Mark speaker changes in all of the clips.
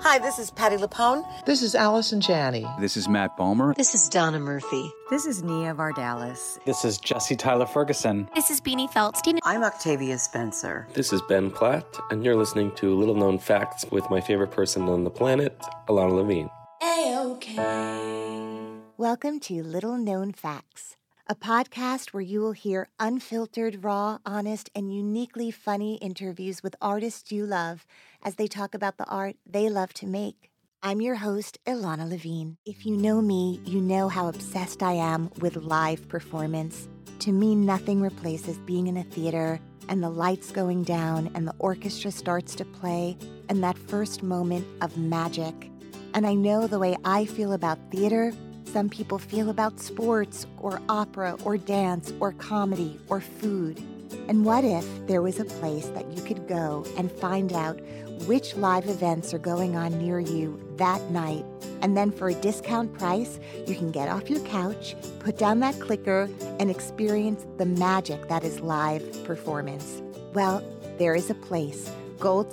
Speaker 1: Hi, this is Patty Lapone.
Speaker 2: This is Allison Janney.
Speaker 3: This is Matt Balmer.
Speaker 4: This is Donna Murphy.
Speaker 5: This is Nia Vardalis.
Speaker 6: This is Jesse Tyler Ferguson.
Speaker 7: This is Beanie Feldstein.
Speaker 8: I'm Octavia Spencer.
Speaker 9: This is Ben Platt, and you're listening to Little Known Facts with my favorite person on the planet, Alana Levine.
Speaker 10: A-OK.
Speaker 11: Welcome to Little Known Facts, a podcast where you will hear unfiltered, raw, honest, and uniquely funny interviews with artists you love as they talk about the art they love to make. I'm your host, Ilana Levine. If you know me, you know how obsessed I am with live performance. To me, nothing replaces being in a theater and the lights going down and the orchestra starts to play and that first moment of magic. And I know the way I feel about theater, some people feel about sports or opera or dance or comedy or food. And what if there was a place that you could go and find out which live events are going on near you that night? And then for a discount price, you can get off your couch, put down that clicker, and experience the magic that is live performance. Well, there is a place,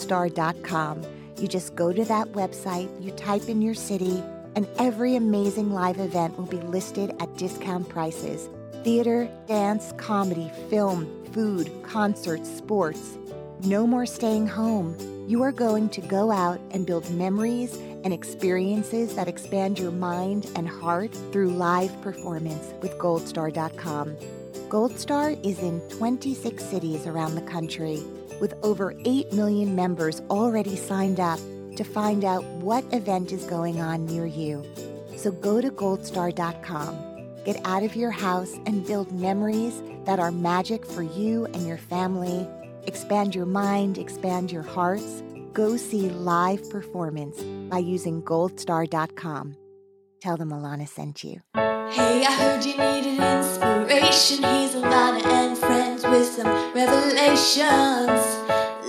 Speaker 11: goldstar.com. You just go to that website, you type in your city, and every amazing live event will be listed at discount prices theater, dance, comedy, film, food, concerts, sports. No more staying home. You are going to go out and build memories and experiences that expand your mind and heart through live performance with goldstar.com. Goldstar is in 26 cities around the country with over 8 million members already signed up to find out what event is going on near you. So go to goldstar.com. Get out of your house and build memories that are magic for you and your family. Expand your mind, expand your hearts. Go see live performance by using goldstar.com. Tell them Alana sent you.
Speaker 10: Hey, I heard you needed inspiration. Here's Alana and friends with some revelations.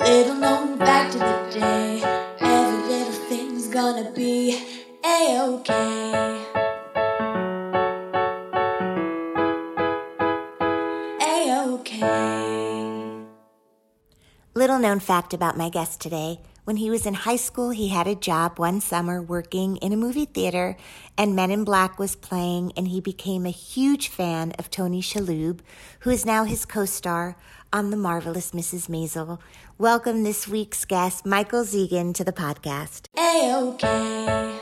Speaker 10: Little known fact of the day. Every little thing's gonna be a-okay. A-okay.
Speaker 11: Little known fact about my guest today. When he was in high school, he had a job one summer working in a movie theater, and Men in Black was playing, and he became a huge fan of Tony Shalhoub, who is now his co star on The Marvelous Mrs. Maisel. Welcome this week's guest, Michael Zegan, to the podcast.
Speaker 10: A-okay.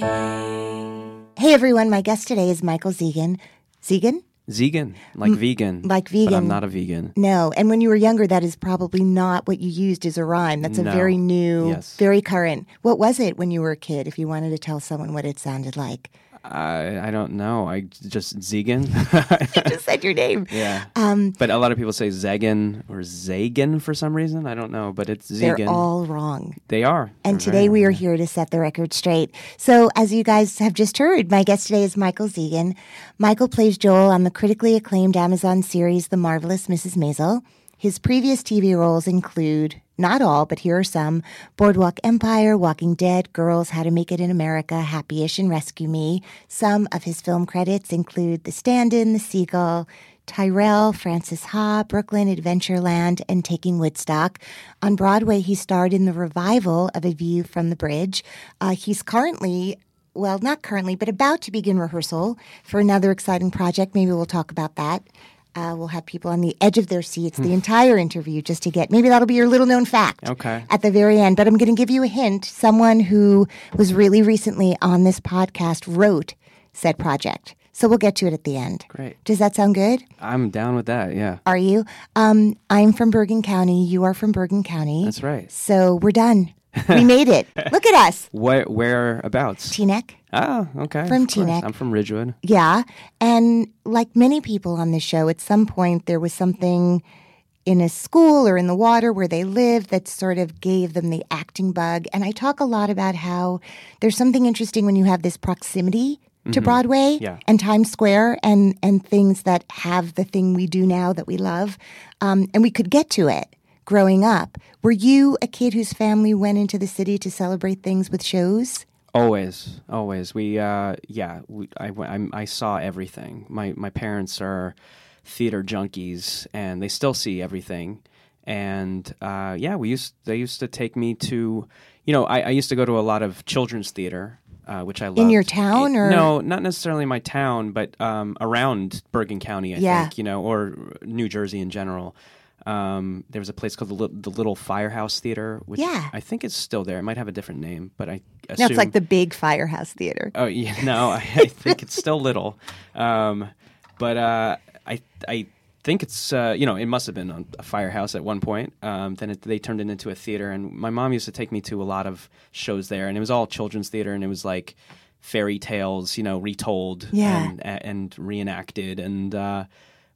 Speaker 10: A-okay.
Speaker 11: Hey everyone, my guest today is Michael Zegan. Zegan?
Speaker 6: Zegan, like vegan.
Speaker 11: Mm, like vegan.
Speaker 6: But I'm not a vegan.
Speaker 11: No, and when you were younger, that is probably not what you used as a rhyme. That's a
Speaker 6: No.
Speaker 11: very new,
Speaker 6: Yes.
Speaker 11: very current. What was it when you were a kid? If you wanted to tell someone what it sounded like,
Speaker 6: I, I don't know. I just Zegan.
Speaker 11: you just said your name.
Speaker 6: yeah.
Speaker 11: Um,
Speaker 6: But a lot of people say Zegan or Zagan for some reason. I don't know, but it's
Speaker 11: they're
Speaker 6: Zegan.
Speaker 11: all wrong.
Speaker 6: They are.
Speaker 11: And
Speaker 6: They're
Speaker 11: today
Speaker 6: very-
Speaker 11: we are here to set the record straight. So, as you guys have just heard, my guest today is Michael Zegan. Michael plays Joel on the critically acclaimed Amazon series The Marvelous Mrs. Maisel. His previous TV roles include, not all, but here are some Boardwalk Empire, Walking Dead, Girls, How to Make It in America, Happy Ish, and Rescue Me. Some of his film credits include The Stand In, The Seagull, Tyrell, Francis Ha, Brooklyn Adventureland, and Taking Woodstock. On Broadway, he starred in the revival of A View from the Bridge. Uh, he's currently, well, not currently, but about to begin rehearsal for another exciting project. Maybe we'll talk about that. Uh, we'll have people on the edge of their seats the entire interview just to get maybe that'll be your little known fact
Speaker 6: Okay.
Speaker 11: at the very end. But I'm going to give you a hint. Someone who was really recently on this podcast wrote said project. So we'll get to it at the end.
Speaker 6: Great.
Speaker 11: Does that sound good?
Speaker 6: I'm down with that. Yeah.
Speaker 11: Are you? Um, I'm from Bergen County. You are from Bergen County.
Speaker 6: That's right.
Speaker 11: So we're done. we made it. Look at us.
Speaker 6: Where whereabouts?
Speaker 11: Teaneck.
Speaker 6: oh, okay.
Speaker 11: From
Speaker 6: of course.
Speaker 11: Teaneck.
Speaker 6: I'm from Ridgewood.
Speaker 11: Yeah. And like many people on this show, at some point there was something in a school or in the water where they lived that sort of gave them the acting bug. And I talk a lot about how there's something interesting when you have this proximity to Broadway
Speaker 6: Yeah.
Speaker 11: and Times Square and and things that have the thing we do now that we love. Um, and we could get to it growing up. Were you a kid whose family went into the city to celebrate things with shows?
Speaker 6: Always, always. We, uh, yeah, we, I, went- I'm- I, saw everything. My, my parents are theater junkies, and they still see everything. and uh, yeah, we used they used to take me to, you know, I, I used to go to a lot of children's theater, uh, which I loved.
Speaker 11: your town, or-
Speaker 6: no, not necessarily my town, but um, around Bergen County, I
Speaker 11: Yeah.
Speaker 6: think, you know, or New Jersey in general. Um, there was a place called the, Lit- the Little Firehouse Theater, which
Speaker 11: Yeah.
Speaker 6: I think it's still there. It might have a different name, but I
Speaker 11: No,
Speaker 6: assume
Speaker 11: it's like the big firehouse theater.
Speaker 6: Oh yeah, no, I, I think it's still little, um, but uh, I I think it's uh, you know it must have been on a firehouse at one point. Um, then it, they turned it into a theater, and my mom used to take me to a lot of shows there, and it was all children's theater, and it was like fairy tales, you know, retold
Speaker 11: Yeah.
Speaker 6: and, and reenacted, and. Uh,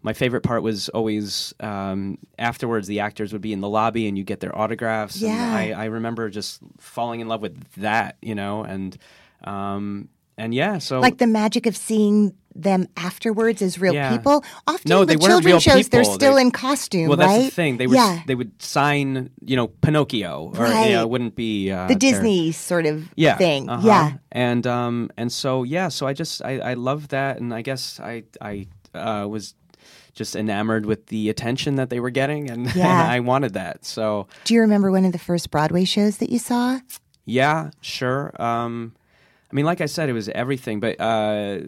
Speaker 6: my favorite part was always um, afterwards. The actors would be in the lobby, and you get their autographs.
Speaker 11: Yeah.
Speaker 6: and I, I remember just falling in love with that, you know, and um, and yeah, so
Speaker 11: Like the magic of seeing them afterwards as real
Speaker 6: Yeah.
Speaker 11: people. Often
Speaker 6: No,
Speaker 11: with
Speaker 6: they weren't
Speaker 11: children
Speaker 6: real
Speaker 11: shows, they're
Speaker 6: people.
Speaker 11: still
Speaker 6: They-
Speaker 11: in costume,
Speaker 6: well,
Speaker 11: right?
Speaker 6: that's the thing. They would
Speaker 11: yeah.
Speaker 6: they would sign, you know, Pinocchio, or
Speaker 11: Right.
Speaker 6: you know, it wouldn't be uh,
Speaker 11: the
Speaker 6: their-
Speaker 11: Disney sort of
Speaker 6: yeah,
Speaker 11: thing.
Speaker 6: uh-huh.
Speaker 11: Yeah.
Speaker 6: and um and so yeah, so I just I I love that, and I guess I I uh, was just enamored with the attention that they were getting, and, and
Speaker 11: Yeah.
Speaker 6: I wanted that. So
Speaker 11: Do you remember one of the first Broadway shows that you saw?
Speaker 6: Yeah, sure. Um, I mean, like I said, it was everything. But uh,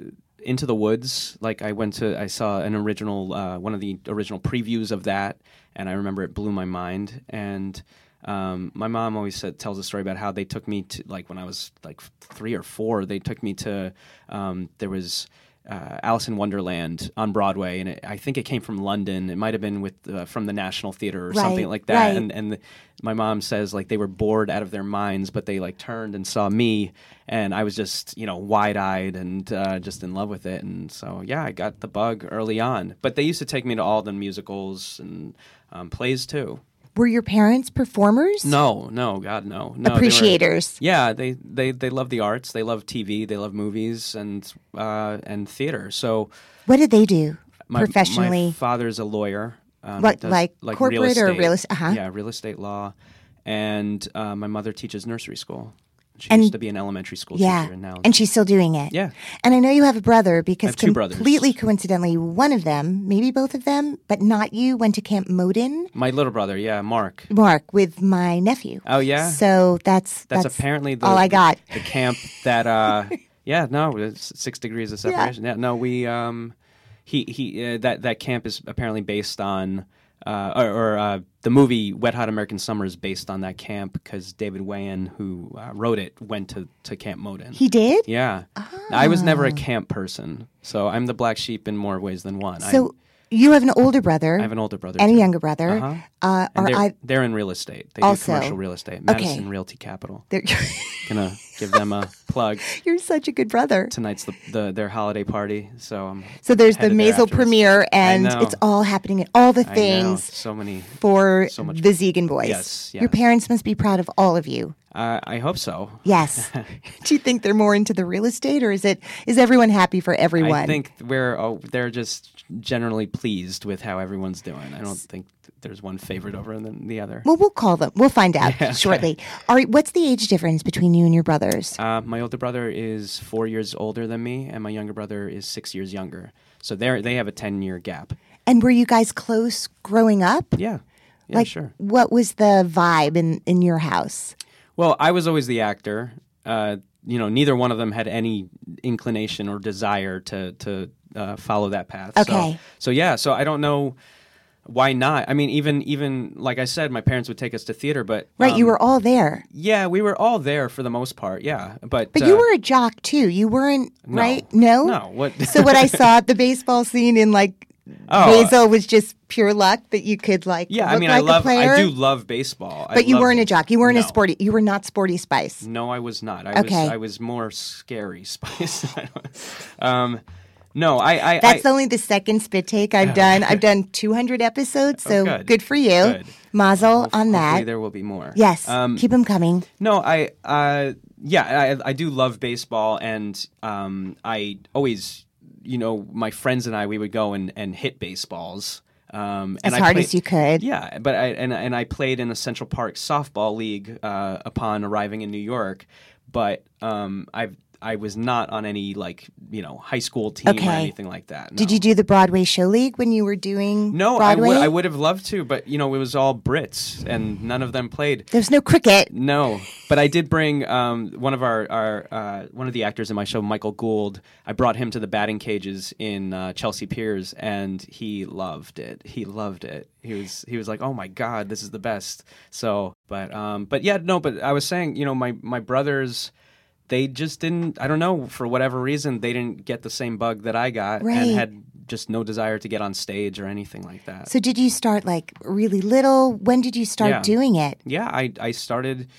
Speaker 6: Into the Woods, like I went to, I saw an original, uh, one of the original previews of that, and I remember it blew my mind. And um, my mom always said, tells a story about how they took me to, like when I was like three or four, they took me to, um, there was. Uh, Alice in Wonderland on Broadway, and it, I think it came from London. It might have been with uh, from the National Theater or something
Speaker 11: Right,
Speaker 6: like that.
Speaker 11: right.
Speaker 6: And and the, my mom says like they were bored out of their minds, but they like turned and saw me, and I was just you know wide eyed and uh, just in love with it, and so yeah, I got the bug early on. But they used to take me to all the musicals and um, plays too.
Speaker 11: Were your parents performers?
Speaker 6: No, no, God, no, no they were-
Speaker 11: Appreciators.
Speaker 6: yeah, they, they they love the arts, they love TV, they love movies and uh, and theater. So
Speaker 11: What did they do
Speaker 6: my, My
Speaker 11: professionally?
Speaker 6: father's a lawyer. Um,
Speaker 11: Like- like corporate or real es-
Speaker 6: estate.
Speaker 11: uh-huh.
Speaker 6: Yeah, real estate law. And uh, my mother teaches nursery school. She
Speaker 11: And-
Speaker 6: used to be an elementary school
Speaker 11: yeah.
Speaker 6: teacher, and now
Speaker 11: And she's still doing it.
Speaker 6: yeah,
Speaker 11: And I know you have a brother because
Speaker 6: have two brothers.
Speaker 11: completely coincidentally, one of them, maybe both of them, but not you, went to Camp Moden,
Speaker 6: my little brother, yeah, Mark.
Speaker 11: Mark, with my nephew.
Speaker 6: Oh yeah,
Speaker 11: So that's
Speaker 6: that's,
Speaker 11: that's,
Speaker 6: apparently the,
Speaker 11: all I got.
Speaker 6: The camp that, uh, yeah, no, it's six degrees of separation. Yeah, no, we, um, he, he, uh, that that camp is apparently based on, uh, or, or uh, the movie Wet Hot American Summer is based on that camp because David Wayan, who uh, wrote it, went to to Camp Moden.
Speaker 11: He did.
Speaker 6: yeah, I was
Speaker 11: Ah.
Speaker 6: never a camp person, so I'm the black sheep in more ways than one.
Speaker 11: So you have an older brother
Speaker 6: I, I have an older brother
Speaker 11: and a
Speaker 6: too.
Speaker 11: younger brother.
Speaker 6: Uh-huh.
Speaker 11: Uh,
Speaker 6: And
Speaker 11: are
Speaker 6: they're,
Speaker 11: I?
Speaker 6: they're in real estate. They
Speaker 11: Also-
Speaker 6: do commercial real estate. Madison Realty Capital.
Speaker 11: They're,
Speaker 6: Gonna give them a plug.
Speaker 11: you're such a good brother.
Speaker 6: tonight's the, the their holiday party, so I'm
Speaker 11: So there's the
Speaker 6: headed there
Speaker 11: Maisel
Speaker 6: afterwards.
Speaker 11: premiere, and
Speaker 6: know.
Speaker 11: it's all happening at all the
Speaker 6: I know
Speaker 11: things
Speaker 6: so many.
Speaker 11: for
Speaker 6: So much-
Speaker 11: the Zegan boys.
Speaker 6: Yes,
Speaker 11: Your
Speaker 6: yes.
Speaker 11: parents must be proud of all of you.
Speaker 6: Uh, I hope so.
Speaker 11: Yes. Do you think they're more into the real estate, or is it is everyone happy for everyone?
Speaker 6: I think we're oh, they're just generally pleased with how everyone's doing. I don't think there's one favorite over than the other.
Speaker 11: Well, we'll call them. We'll find out shortly. All right. What's the age difference between you and your brothers?
Speaker 6: Uh, my older brother is four years older than me, and my younger brother is six years younger. So they are they have a ten year gap.
Speaker 11: And were you guys close growing up?
Speaker 6: Yeah, yeah,
Speaker 11: like,
Speaker 6: sure.
Speaker 11: What was the vibe in in your house?
Speaker 6: Well, I was always the actor. Uh, you know, neither one of them had any inclination or desire to to uh, follow that path.
Speaker 11: Okay.
Speaker 6: So, so yeah, so I don't know why not. I mean, even even like I said, my parents would take us to theater, but
Speaker 11: Right. you
Speaker 6: um,
Speaker 11: were all there,
Speaker 6: yeah, we were all there for the most part. Yeah, but
Speaker 11: but
Speaker 6: uh,
Speaker 11: you were a jock too. You weren't
Speaker 6: no.
Speaker 11: right. No.
Speaker 6: no. What?
Speaker 11: so what I saw at the baseball scene in like
Speaker 6: Oh,
Speaker 11: Basil was just pure luck that you could like.
Speaker 6: yeah,
Speaker 11: look
Speaker 6: I mean,
Speaker 11: like
Speaker 6: I love
Speaker 11: a player,
Speaker 6: I do love baseball, I
Speaker 11: But you
Speaker 6: love
Speaker 11: weren't a
Speaker 6: baseball.
Speaker 11: jock. You weren't a
Speaker 6: No. Mm,
Speaker 11: sporty. You were not sporty spice.
Speaker 6: No, I was not. I
Speaker 11: Okay.
Speaker 6: was I was more scary spice. I don't- um, no, I I
Speaker 11: That's
Speaker 6: I,
Speaker 11: only the second spit take I've done. I've done 200 episodes, so
Speaker 6: Oh,
Speaker 11: good.
Speaker 6: good.
Speaker 11: for you.
Speaker 6: Good.
Speaker 11: Mazel on
Speaker 6: Hopefully
Speaker 11: that.
Speaker 6: there will be more.
Speaker 11: Yes,
Speaker 6: Um,
Speaker 11: keep them coming.
Speaker 6: no, I. Uh, yeah, I, I do love baseball, and um, I always, you know, my friends and I, we would go and, and hit baseballs. Um,
Speaker 11: As
Speaker 6: and I
Speaker 11: hard
Speaker 6: played-
Speaker 11: as you could.
Speaker 6: Yeah, but I and and I played in a Central Park softball league uh, upon arriving in New York, but um, I've I was not on any like you know high school team
Speaker 11: Okay.
Speaker 6: or anything like that.
Speaker 11: Did
Speaker 6: no.
Speaker 11: you do the Broadway Show League when you were doing
Speaker 6: No, I
Speaker 11: Broadway?
Speaker 6: would I would have loved to, but you know it was all Brits and none of them played.
Speaker 11: There's no cricket.
Speaker 6: No, but I did bring um, one of our, our uh, one of the actors in my show, Michael Gould. I brought him to the batting cages in uh, Chelsea Piers, and he loved it. He loved it. He was he was like, "Oh my god, this is the best." So, but um, but yeah, no. But I was saying, you know, my my brothers. They just didn't. I don't know for whatever reason they didn't get the same bug that I got,
Speaker 11: Right.
Speaker 6: and had just no desire to get on stage or anything like that.
Speaker 11: So did you start like really little? When did you start
Speaker 6: Yeah.
Speaker 11: doing it?
Speaker 6: Yeah, I I started.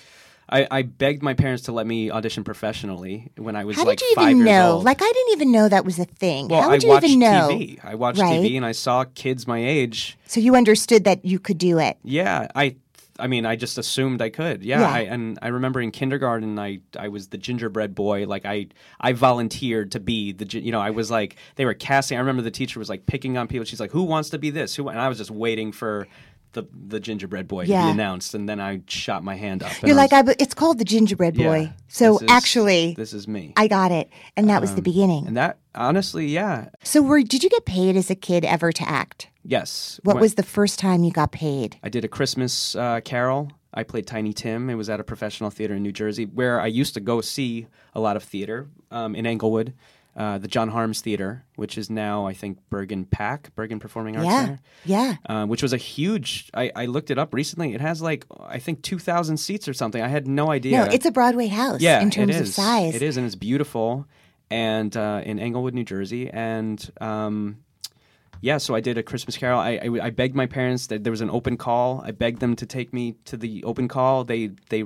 Speaker 6: I, I begged my parents to let me audition professionally when I was
Speaker 11: How
Speaker 6: like
Speaker 11: did you
Speaker 6: five
Speaker 11: even
Speaker 6: years
Speaker 11: know?
Speaker 6: old.
Speaker 11: Like I didn't even know that was a thing.
Speaker 6: well,
Speaker 11: How
Speaker 6: I
Speaker 11: would you
Speaker 6: watched
Speaker 11: even know?
Speaker 6: TV. I watched
Speaker 11: Right.
Speaker 6: TV and I saw kids my age.
Speaker 11: So you understood that you could do it.
Speaker 6: Yeah, I I mean I just assumed I could. Yeah,
Speaker 11: Yeah.
Speaker 6: I, and I remember in kindergarten I I was the gingerbread boy. Like I I volunteered to be the gin- you know I was like they were casting. I remember the teacher was like picking on people. She's like, who wants to be this? Who? And I was just waiting for. The, the gingerbread boy to
Speaker 11: Yeah.
Speaker 6: be announced, and then I shot my hand up. and
Speaker 11: You're
Speaker 6: I was-
Speaker 11: like, I, bu- it's called the Gingerbread
Speaker 6: Yeah.
Speaker 11: Boy. So
Speaker 6: This is-
Speaker 11: actually,
Speaker 6: this is me.
Speaker 11: I got it, and that was the beginning.
Speaker 6: and that honestly, yeah,
Speaker 11: so were did you get paid as a kid ever to act?
Speaker 6: yes.
Speaker 11: What
Speaker 6: When-
Speaker 11: was the first time you got paid?
Speaker 6: I did a Christmas uh, Carol. I played Tiny Tim. It was at a professional theater in New Jersey where I used to go see a lot of theater um, in Englewood, uh, the John Harms Theater, which is now I think Bergen Pack, Bergen Performing Arts
Speaker 11: yeah,
Speaker 6: Center.
Speaker 11: yeah.
Speaker 6: Um, which was a huge. I, I looked it up recently. It has like I think two thousand seats or something. I had no idea.
Speaker 11: No, it's a Broadway house
Speaker 6: yeah,
Speaker 11: in terms
Speaker 6: it is.
Speaker 11: of size.
Speaker 6: It is, and it's beautiful, and uh, in Englewood, New Jersey, and um, yeah. So I did a Christmas Carol. I, I, I begged my parents that there was an open call. I begged them to take me to the open call. They they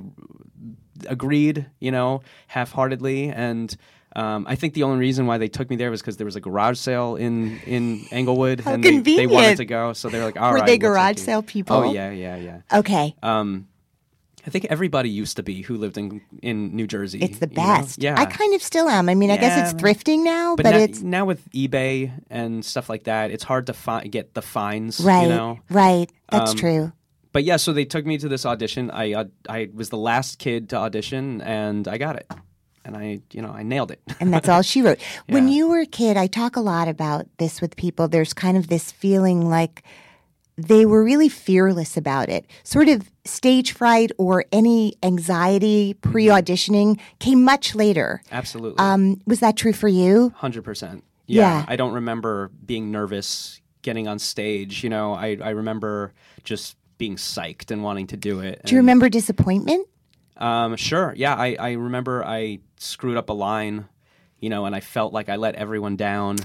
Speaker 6: agreed, you know, half heartedly, and. Um, I think the only reason why they took me there was because there was a garage sale in in Englewood, and they, they
Speaker 11: convenient.
Speaker 6: wanted to go, so they were like, "All
Speaker 11: Were
Speaker 6: right."
Speaker 11: they
Speaker 6: we'll take
Speaker 11: garage
Speaker 6: you."
Speaker 11: sale people?
Speaker 6: Oh yeah, yeah, yeah.
Speaker 11: Okay,
Speaker 6: I think everybody used to be who lived in in New Jersey.
Speaker 11: it's the
Speaker 6: you know?
Speaker 11: best.
Speaker 6: Yeah,
Speaker 11: I kind of still am. I mean, I guess
Speaker 6: Yeah,
Speaker 11: it's
Speaker 6: but-
Speaker 11: thrifting now, but,
Speaker 6: now,
Speaker 11: it's
Speaker 6: now with eBay and stuff like that, it's hard to fi- get the fines,
Speaker 11: right,
Speaker 6: you know. um,
Speaker 11: right. That's true.
Speaker 6: But yeah, so they took me to this audition. I uh, I was the last kid to audition, and I got it, and I you know I nailed it.
Speaker 11: and that's all she wrote. When
Speaker 6: Yeah.
Speaker 11: you were a kid, I talk a lot about this with people. There's kind of this feeling like they were really fearless about it. Sort of stage fright or any anxiety
Speaker 6: Mm-hmm.
Speaker 11: pre auditioning came much later.
Speaker 6: Absolutely,
Speaker 11: Um, was that true for you?
Speaker 6: hundred percent.
Speaker 11: Yeah.
Speaker 6: Yeah, I don't remember being nervous getting on stage. You know, I I remember just being psyched and wanting to do it.
Speaker 11: Do you
Speaker 6: and-
Speaker 11: remember disappointment?
Speaker 6: Um, sure. Yeah, I, I remember I screwed up a line, you know, and I felt like I let everyone down.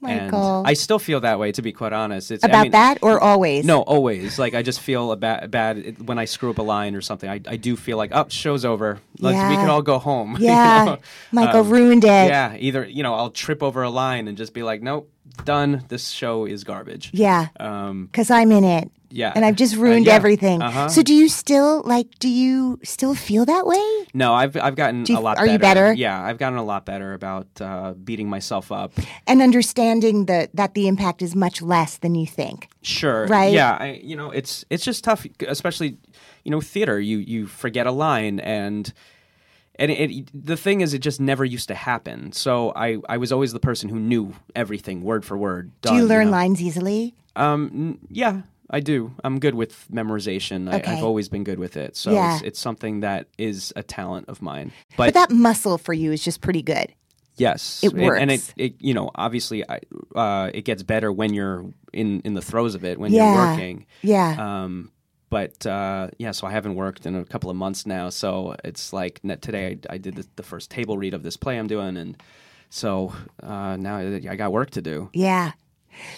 Speaker 11: Michael.
Speaker 6: And I still feel that way, to be quite honest. It's, I
Speaker 11: About
Speaker 6: mean,
Speaker 11: that or always?
Speaker 6: No, always. Like I just feel a ba- bad it- when I screw up a line or something. I, I do feel like, oh, show's over. Like we
Speaker 11: Yeah.
Speaker 6: could all go home. you
Speaker 11: Yeah.
Speaker 6: know?
Speaker 11: Michael
Speaker 6: Um,
Speaker 11: ruined it.
Speaker 6: Yeah. Either you know, I'll trip over a line and just be like, nope, done. This show is garbage.
Speaker 11: Yeah.
Speaker 6: Um,
Speaker 11: Because I'm in it.
Speaker 6: Yeah.
Speaker 11: And I've just
Speaker 6: Uh,
Speaker 11: ruined
Speaker 6: yeah.
Speaker 11: everything.
Speaker 6: Uh-huh.
Speaker 11: So do you still like do you still feel that way?
Speaker 6: no, I've I've gotten
Speaker 11: Do you-
Speaker 6: a lot.
Speaker 11: are you better?
Speaker 6: Yeah, I've gotten a lot better about uh, beating myself up.
Speaker 11: And understanding the, that the impact is much less than you think.
Speaker 6: Sure.
Speaker 11: Right?
Speaker 6: Yeah. I, you know, it's it's just tough, especially you know theater. You you forget a line and. And it, the thing is, it just never used to happen. So I, I was always the person who knew everything word for word.
Speaker 11: Do you
Speaker 6: done,
Speaker 11: learn
Speaker 6: know?
Speaker 11: lines easily?
Speaker 6: Yeah, I do. I'm good with memorization. I,
Speaker 11: Okay.
Speaker 6: I've always been good with it. So
Speaker 11: Yeah.
Speaker 6: it's, it's something that is a talent of mine.
Speaker 11: But that muscle for you is just pretty good.
Speaker 6: Yes,
Speaker 11: It
Speaker 6: and- and
Speaker 11: works.
Speaker 6: it, it you know obviously I, uh, it gets better when you're in in the throes of it when you're
Speaker 11: Yeah.
Speaker 6: working.
Speaker 11: Yeah.
Speaker 6: Um, but uh, yeah, so I haven't worked in a couple of months now. So it's like n- today I, I did the, the first table read of this play I'm doing, and so uh, now I I got work to do.
Speaker 11: yeah.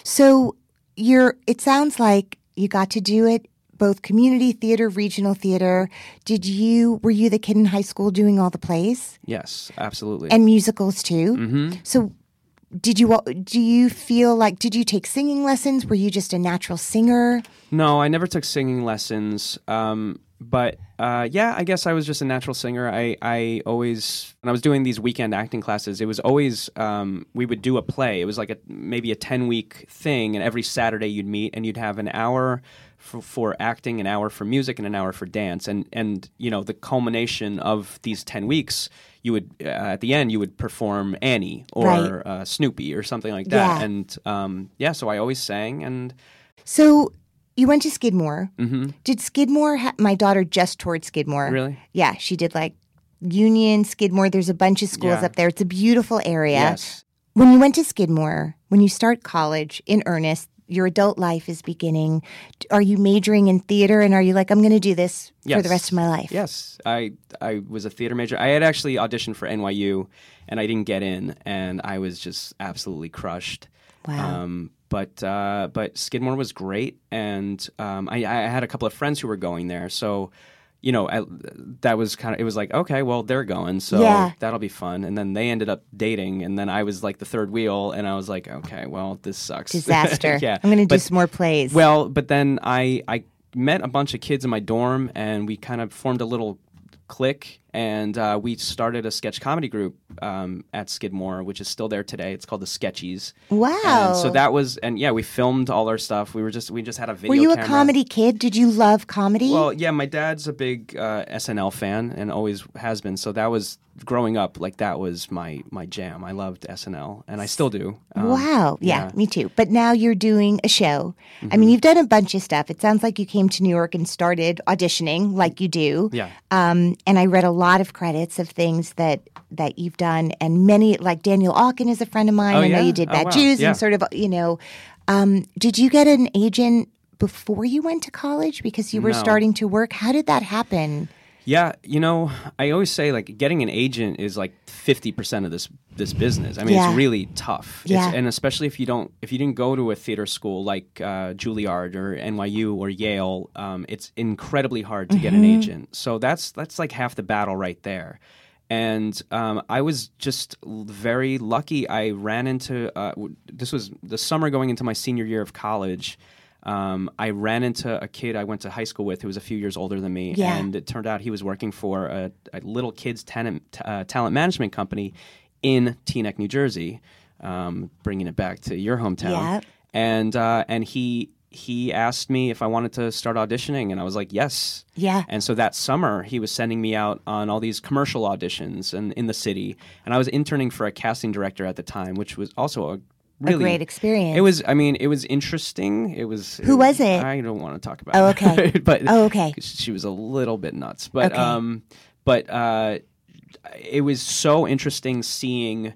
Speaker 11: So you're it sounds like you got to do it both community theater, regional theater. Did you were you the kid in high school doing all the plays
Speaker 6: Yes, absolutely.
Speaker 11: and musicals too? Mm-hmm. So did you al- do you feel like did you take singing lessons? Were you just a natural singer?
Speaker 6: no, I never took singing lessons. Um, but uh, yeah, I guess I was just a natural singer. I, I always when I was doing these weekend acting classes, it was always um, we would do a play. It was like a maybe a ten week thing, and every Saturday you'd meet and you'd have an hour for, for acting, an hour for music, and an hour for dance. And and you know the culmination of these ten weeks, you would uh, at the end you would perform Annie or
Speaker 11: Right.
Speaker 6: uh, Snoopy or something like that.
Speaker 11: Yeah.
Speaker 6: And um, yeah, so I always sang and.
Speaker 11: So you went to Skidmore.
Speaker 6: Mm.
Speaker 11: Mm-hmm. Did Skidmore? Ha- my daughter just toured Skidmore.
Speaker 6: Really?
Speaker 11: Yeah, she did like Union, Skidmore. There's a bunch of schools
Speaker 6: Yeah.
Speaker 11: up there. It's a beautiful area.
Speaker 6: Yes.
Speaker 11: When you went to Skidmore, when you start college in earnest, your adult life is beginning. D- Are you majoring in theater and are you like, I'm going to do this for the
Speaker 6: Yes.
Speaker 11: rest of my life?
Speaker 6: Yes, I I was a theater major. I had actually auditioned for NYU, and I didn't get in, and I was just absolutely crushed.
Speaker 11: Wow.
Speaker 6: Um, but uh, but Skidmore was great, and um, I, I had a couple of friends who were going there, so you know I, that was kind of it was like okay, well they're going, so
Speaker 11: Yeah.
Speaker 6: that'll be fun. And then they ended up dating, and then I was like the third wheel, and I was like, okay, well this sucks.
Speaker 11: Disaster.
Speaker 6: yeah,
Speaker 11: I'm going to do
Speaker 6: But-
Speaker 11: some more plays.
Speaker 6: well, but then I I met a bunch of kids in my dorm, and we kind of formed a little clique, and uh, we started a sketch comedy group um, at Skidmore, which is still there today. It's called the Sketchies.
Speaker 11: wow.
Speaker 6: And so that was, and yeah, we filmed all our stuff. We were just we just had a video.
Speaker 11: Were you a
Speaker 6: camera.
Speaker 11: comedy kid? Did you love comedy?
Speaker 6: Well, yeah, my dad's a big uh, SNL fan and always has been. So that was growing up, like that was my my jam. I loved SNL, and I still do. Um,
Speaker 11: wow. Yeah, me too. But now you're doing a show. I
Speaker 6: Mm-hmm.
Speaker 11: mean, you've done a bunch of stuff. It sounds like you came to New York and started auditioning like you do.
Speaker 6: Yeah.
Speaker 11: Um, and I read a lot of credits of things that that you've done, and many like Daniel Alkin is a friend of mine.
Speaker 6: Oh,
Speaker 11: I know
Speaker 6: yeah?
Speaker 11: you did
Speaker 6: Oh,
Speaker 11: Bad
Speaker 6: wow.
Speaker 11: Jews
Speaker 6: Yeah.
Speaker 11: and sort of you know. Um, did you get an agent before you went to college because you were
Speaker 6: No.
Speaker 11: starting to work? How did that happen?
Speaker 6: Yeah, you know, I always say like getting an agent is like fifty percent of this this business. I mean,
Speaker 11: Yeah.
Speaker 6: it's really tough,
Speaker 11: Yeah.
Speaker 6: it's, and especially if you don't if you didn't go to a theater school like uh, Juilliard or NYU or Yale, um, it's incredibly hard to get an
Speaker 11: Mm-hmm.
Speaker 6: agent. So that's that's like half the battle right there. And um, I was just l- very lucky. I ran into uh, w- this was the summer going into my senior year of college. Um, I ran into a kid I went to high school with who was a few years older than me,
Speaker 11: Yeah.
Speaker 6: and it turned out he was working for a, a little kids tenant, t- uh, talent management company in Teaneck, New Jersey, um, bringing it back to your hometown.
Speaker 11: Yep.
Speaker 6: And uh, and he he asked me if I wanted to start auditioning, and I was like, yes.
Speaker 11: Yeah.
Speaker 6: And so that summer, he was sending me out on all these commercial auditions and in the city, and I was interning for a casting director at the time, which was also a really
Speaker 11: great experience.
Speaker 6: It was, I mean, it was interesting. It was
Speaker 11: Who was it?
Speaker 6: I don't want to talk about.
Speaker 11: Oh, okay.
Speaker 6: it, but
Speaker 11: Oh, okay.
Speaker 6: She was a little bit nuts, but
Speaker 11: Okay.
Speaker 6: um, but uh, it was so interesting seeing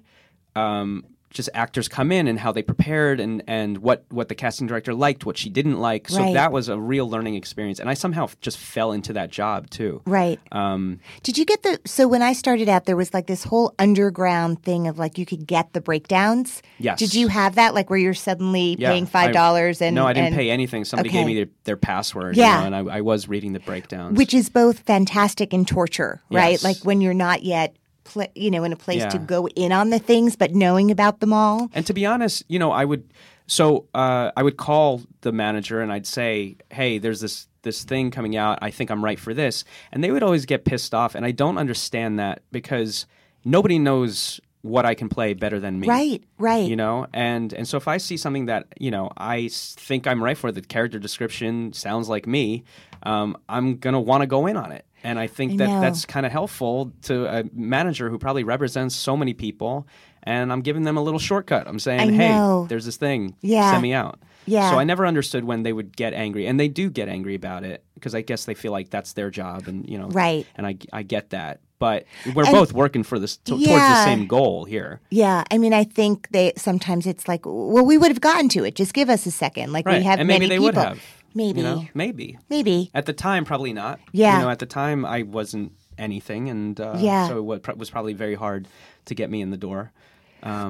Speaker 6: um, just actors come in and how they prepared and and what what the casting director liked, what she didn't like. So
Speaker 11: Right.
Speaker 6: that was a real learning experience, and I somehow f- just fell into that job too.
Speaker 11: Right.
Speaker 6: Um,
Speaker 11: Did you get the so when I started out there was like this whole underground thing of like you could get the breakdowns?
Speaker 6: Yes.
Speaker 11: Did you have that like where you're suddenly
Speaker 6: yeah,
Speaker 11: paying
Speaker 6: I-
Speaker 11: five dollars and
Speaker 6: no, I didn't
Speaker 11: and-
Speaker 6: pay anything. Somebody
Speaker 11: Okay.
Speaker 6: gave me their, their password.
Speaker 11: Yeah.
Speaker 6: you know, and I, I was reading the breakdowns.
Speaker 11: which is both fantastic and torture, right?
Speaker 6: Yes.
Speaker 11: Like when you're not yet pla you know in a place to
Speaker 6: Yeah.
Speaker 11: go in on the things but knowing about them all.
Speaker 6: And to be honest, you know, I would so uh, I would call the manager and I'd say, "Hey, there's this this thing coming out. I think I'm right for this." And they would always get pissed off, and I don't understand that because nobody knows what I can play better than me.
Speaker 11: Right, right.
Speaker 6: You know, and and so if I see something that you know I s- think I'm right for, the character description sounds like me, um, I'm gonna want to go in on it, and I think that
Speaker 11: know.
Speaker 6: that's kind of helpful to a manager who probably represents so many people, and I'm giving them a little shortcut. I'm saying,
Speaker 11: I
Speaker 6: hey,
Speaker 11: know.
Speaker 6: there's this thing,
Speaker 11: Yeah.
Speaker 6: send me out.
Speaker 11: Yeah.
Speaker 6: So I never understood when they would get angry, and they do get angry about it because I guess they feel like that's their job, and you know,
Speaker 11: Right.
Speaker 6: And I I get that, but we're both working for this t- towards the
Speaker 11: Yeah.
Speaker 6: same goal here.
Speaker 11: Yeah, I mean, I think they sometimes it's like, well, we would have gotten to it. Just give us a second. Like
Speaker 6: Right.
Speaker 11: we have
Speaker 6: and maybe
Speaker 11: many
Speaker 6: they
Speaker 11: people.
Speaker 6: would have.
Speaker 11: Maybe,
Speaker 6: You know? Maybe.
Speaker 11: maybe.
Speaker 6: At the time, probably not.
Speaker 11: Yeah.
Speaker 6: You know, at the time, I wasn't anything. And uh,
Speaker 11: Yeah.
Speaker 6: so it wa- pro- was probably very hard to get me in the door.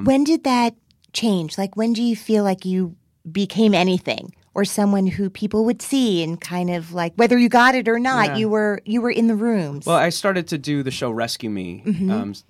Speaker 11: When did that change? Like, when do you feel like you became anything or someone who people would see and kind of like whether you got it or not, you were you were in the rooms.
Speaker 6: Well, I started to do
Speaker 11: Mm-hmm.
Speaker 6: the show Rescue Me um, s-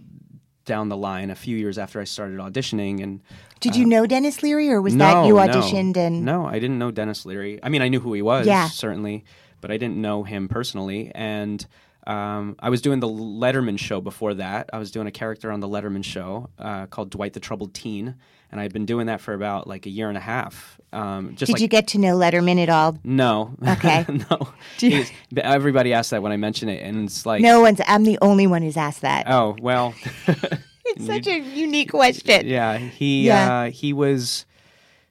Speaker 6: down the line a few years after I started auditioning. And
Speaker 11: Did you know Dennis Leary, or was
Speaker 6: no,
Speaker 11: that you
Speaker 6: no.
Speaker 11: auditioned and
Speaker 6: no, I didn't know Dennis Leary. I mean, I knew who he was,
Speaker 11: Yeah.
Speaker 6: certainly, but I didn't know him personally. And um, I was doing the Letterman show before that. I was doing a character on the Letterman show uh, called Dwight the Troubled Teen, and I'd been doing that for about like a year and a half. Um, just
Speaker 11: did
Speaker 6: like
Speaker 11: you get to know Letterman at all?
Speaker 6: no,
Speaker 11: Okay.
Speaker 6: no. He's- but everybody asks that when I mention it, and it's like
Speaker 11: No one's. I'm the only one who's asked that.
Speaker 6: Oh well.
Speaker 11: it's such a unique question.
Speaker 6: Yeah, he
Speaker 11: Yeah.
Speaker 6: Uh, he was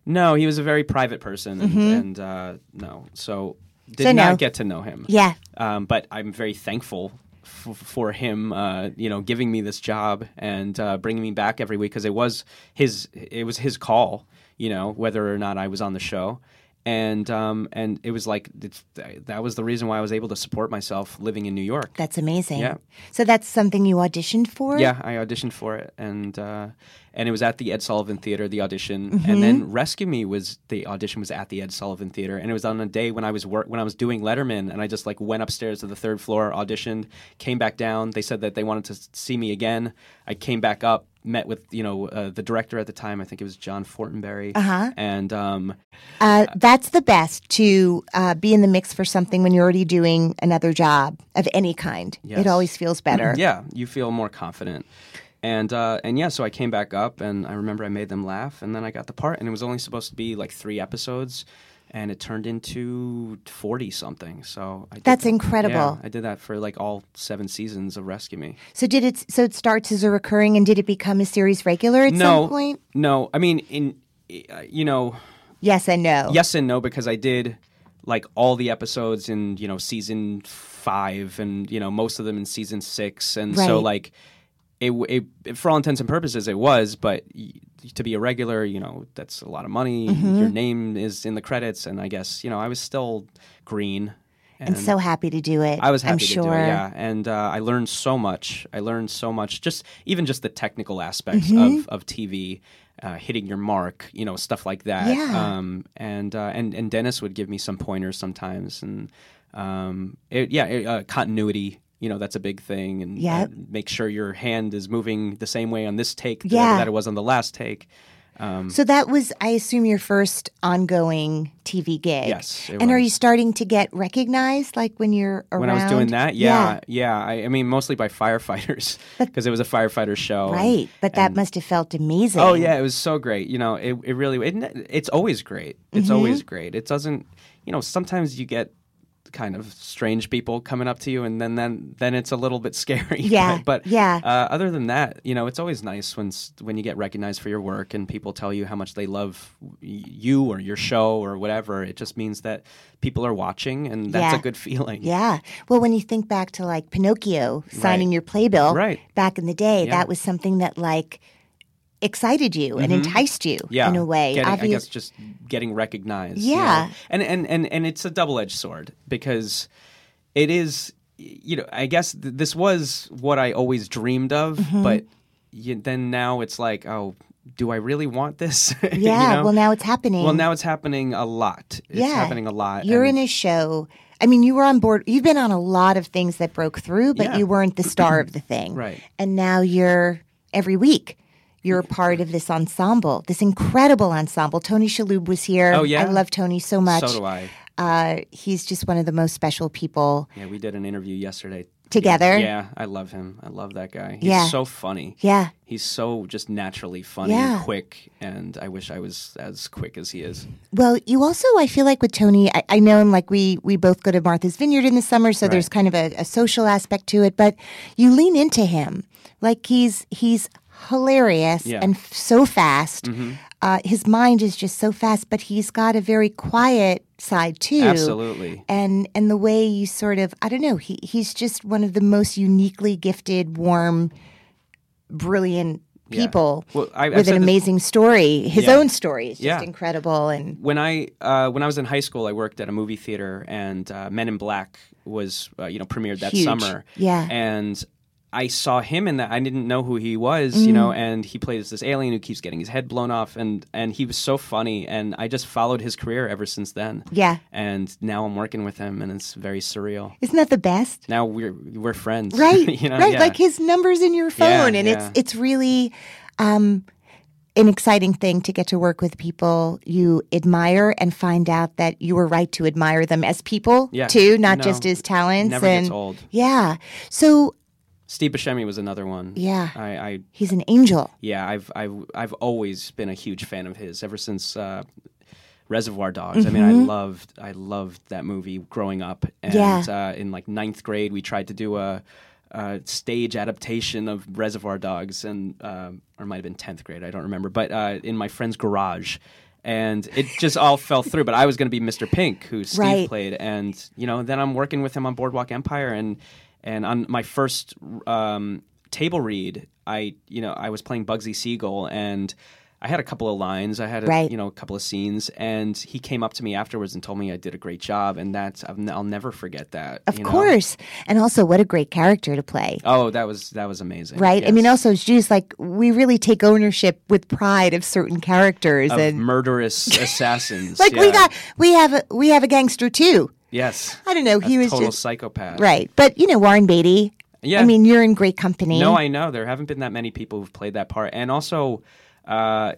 Speaker 6: no, he was a very private person, and, and uh, no, so did
Speaker 11: Mm-hmm. So
Speaker 6: not
Speaker 11: no.
Speaker 6: get to know him.
Speaker 11: Yeah.
Speaker 6: um, but I'm very thankful f- for him, uh, you know, giving me this job and uh, bringing me back every week because it was his it was his call, you know, whether or not I was on the show. And um, and it was like it's, that was the reason why I was able to support myself living in New York.
Speaker 11: That's amazing.
Speaker 6: Yeah.
Speaker 11: So that's something you auditioned for?
Speaker 6: Yeah, I auditioned for it, and uh, and it was at the Ed Sullivan Theater, the audition,
Speaker 11: Mm-hmm.
Speaker 6: and then Rescue Me was the audition was at the Ed Sullivan Theater, and it was on a day when I was work when I was doing Letterman, and I just like went upstairs to the third floor, auditioned, came back down. They said that they wanted to s- see me again. I came back up, met with you know uh, the director at the time, I think it was John Fortenberry,
Speaker 11: Uh-huh.
Speaker 6: and um,
Speaker 11: Uh, that's the best to uh, be in the mix for something when you're already doing another job of any kind. It
Speaker 6: Yes.
Speaker 11: always feels better.
Speaker 6: Yeah, you feel more confident. And uh, and yeah, so I came back up, and I remember I made them laugh, and then I got the part, and it was only supposed to be like three episodes, and it turned into forty something. So I did
Speaker 11: That's
Speaker 6: that-
Speaker 11: incredible.
Speaker 6: yeah, I did that for like all seven seasons of Rescue Me.
Speaker 11: So did it? So it starts as a recurring, and did it become a series regular at
Speaker 6: no,
Speaker 11: some point?
Speaker 6: no, I mean in uh, you know
Speaker 11: Yes and no.
Speaker 6: yes and no because I did like all the episodes in you know season five and you know most of them in season six and so
Speaker 11: Right.
Speaker 6: like it, w- it, it for all intents and purposes it was but y- to be a regular you know that's a lot of money
Speaker 11: Mm-hmm.
Speaker 6: your name is in the credits and I guess you know I was still green
Speaker 11: And so happy to do it.
Speaker 6: I was happy
Speaker 11: I'm
Speaker 6: to
Speaker 11: sure.
Speaker 6: do it, yeah. And uh, I learned so much. I learned so much, just even just the technical aspects of,
Speaker 11: Mm-hmm.
Speaker 6: of TV, uh, hitting your mark, you know, stuff like that.
Speaker 11: Yeah.
Speaker 6: Um, and uh, and and Dennis would give me some pointers sometimes, and um, it, yeah, it, uh, continuity. You know, that's a big thing, and
Speaker 11: Yep.
Speaker 6: and make sure your hand is moving the same way on this take that-
Speaker 11: Yeah.
Speaker 6: that it was on the last take.
Speaker 11: So that was, I assume, your first ongoing TV gig.
Speaker 6: Yes, it
Speaker 11: And are
Speaker 6: was.
Speaker 11: you starting to get recognized, like when you're around?
Speaker 6: when I was doing that, yeah, yeah. I, I mean, mostly by firefighters because it was a firefighter show. and-
Speaker 11: Right, but that must have felt amazing.
Speaker 6: Oh yeah, it was so great. You know, it it really it, it's always great. It's
Speaker 11: Mm-hmm.
Speaker 6: always great. It doesn't, you know, sometimes you get kind of strange people coming up to you and then then then it's a little bit scary.
Speaker 11: Yeah,
Speaker 6: but,
Speaker 11: yeah.
Speaker 6: Uh, other than that, you know, it's always nice when s- when you get recognized for your work and people tell you how much they love y- you or your show or whatever. It just means that people are watching and that's
Speaker 11: Yeah.
Speaker 6: a good feeling.
Speaker 11: Yeah. Well, when you think back to like Pinocchio signing
Speaker 6: Right.
Speaker 11: your playbill
Speaker 6: Right.
Speaker 11: back in the day,
Speaker 6: Yeah.
Speaker 11: that was something that like excited you and enticed you
Speaker 6: Mm-hmm. yeah,
Speaker 11: in a way.
Speaker 6: Getting, I
Speaker 11: Obvious-
Speaker 6: guess just getting recognized. you
Speaker 11: Yeah.
Speaker 6: know. and and and and it's a double edged sword because it is, you know, I guess th- this was what I always dreamed of,
Speaker 11: Mm-hmm.
Speaker 6: but you, then now it's like, oh, do I really want this? You
Speaker 11: yeah.
Speaker 6: know?
Speaker 11: Well, now it's happening.
Speaker 6: Well, now it's happening a lot. It's
Speaker 11: Yeah.
Speaker 6: happening a lot.
Speaker 11: You're
Speaker 6: and-
Speaker 11: in a show. I mean, you were on board. You've been on a lot of things that broke through, but
Speaker 6: Yeah.
Speaker 11: you weren't the star of the thing.
Speaker 6: Right.
Speaker 11: And now you're every week. You're a part of this ensemble, this incredible ensemble. Tony Shalhoub was here.
Speaker 6: Oh, yeah?
Speaker 11: I love Tony so much.
Speaker 6: So do I.
Speaker 11: Uh, he's just one of the most special people
Speaker 6: Yeah, we did an interview yesterday.
Speaker 11: together.
Speaker 6: Yeah, I love him. I love that guy. He's
Speaker 11: Yeah.
Speaker 6: so funny.
Speaker 11: Yeah.
Speaker 6: He's so just naturally funny
Speaker 11: Yeah.
Speaker 6: and quick, and I wish I was as quick as he is.
Speaker 11: Well, you also, I feel like with Tony, I, I know him like we we both go to Martha's Vineyard in the summer, so there's kind of a, a social aspect to it. But you lean into him, like he's he's hilarious
Speaker 6: Yeah. Mm-hmm.
Speaker 11: and f- so fast. Uh, his mind is just so fast, but he's got a very quiet side too.
Speaker 6: Absolutely.
Speaker 11: And and the way you sort of, I don't know, he he's just one of the most uniquely gifted, warm, brilliant
Speaker 6: Yeah.
Speaker 11: people
Speaker 6: Well, I- I've
Speaker 11: with
Speaker 6: said
Speaker 11: an
Speaker 6: this-
Speaker 11: amazing story. His
Speaker 6: Yeah.
Speaker 11: own story is just
Speaker 6: Yeah.
Speaker 11: incredible and.
Speaker 6: When I uh, when I was in high school, I worked at a movie theater, and uh, Men in Black was uh, you know premiered that
Speaker 11: Huge.
Speaker 6: summer.
Speaker 11: Yeah.
Speaker 6: and I saw him in that. I didn't know who he was, you
Speaker 11: Mm.
Speaker 6: know, and he plays this alien who keeps getting his head blown off, and and he was so funny, and I just followed his career ever since then.
Speaker 11: Yeah.
Speaker 6: and now I'm working with him, and it's very surreal.
Speaker 11: Isn't that the best?
Speaker 6: Now we're we're friends,
Speaker 11: Right.
Speaker 6: you know,
Speaker 11: right.
Speaker 6: yeah.
Speaker 11: Like his numbers in your
Speaker 6: Yeah,
Speaker 11: phone and it's
Speaker 6: yeah.
Speaker 11: it's really um an exciting thing to get to work with people you admire and find out that you were right to admire them as people
Speaker 6: Yeah.
Speaker 11: too, not
Speaker 6: No.
Speaker 11: just as talents.
Speaker 6: Never
Speaker 11: and
Speaker 6: gets old.
Speaker 11: yeah, so
Speaker 6: Steve Buscemi was another one.
Speaker 11: Yeah.
Speaker 6: I, I
Speaker 11: he's an angel.
Speaker 6: yeah, I've I've I've always been a huge fan of his ever since uh, Reservoir Dogs. I mean, I loved I loved that movie growing up, and
Speaker 11: Mm-hmm. Yeah.
Speaker 6: uh, in like ninth grade, we tried to do a. Uh, stage adaptation of Reservoir Dogs, and um or it might have been tenth grade, I don't remember. But uh, in my friend's garage, and it just all fell through. But I was going to be Mr. Pink, who Steve
Speaker 11: Right.
Speaker 6: played played. and you know then i'm working with him on boardwalk empire and and on my first um, table read i you know i was playing bugsy siegel and i had a couple of lines i had a,
Speaker 11: Right.
Speaker 6: you know a couple of scenes and he came up to me afterwards and told me i did a great job and that's i've, n- i'll never forget that
Speaker 11: Of course. And also, what a great character to play.
Speaker 6: oh that was that was amazing
Speaker 11: Right? I
Speaker 6: Yes.
Speaker 11: mean, also, as Jews, like, we really take ownership with pride of certain characters.
Speaker 6: of
Speaker 11: and,
Speaker 6: murderous assassins
Speaker 11: like, we
Speaker 6: yeah.
Speaker 11: got, we have, a, we have a gangster too.
Speaker 6: yes
Speaker 11: I don't know. He
Speaker 6: A
Speaker 11: was
Speaker 6: total
Speaker 11: just,
Speaker 6: psychopath
Speaker 11: right. But, you know, Warren Beatty.
Speaker 6: Yeah.
Speaker 11: I mean, you're in great company.
Speaker 6: no i know there haven't been that many people who've played that part and also uh,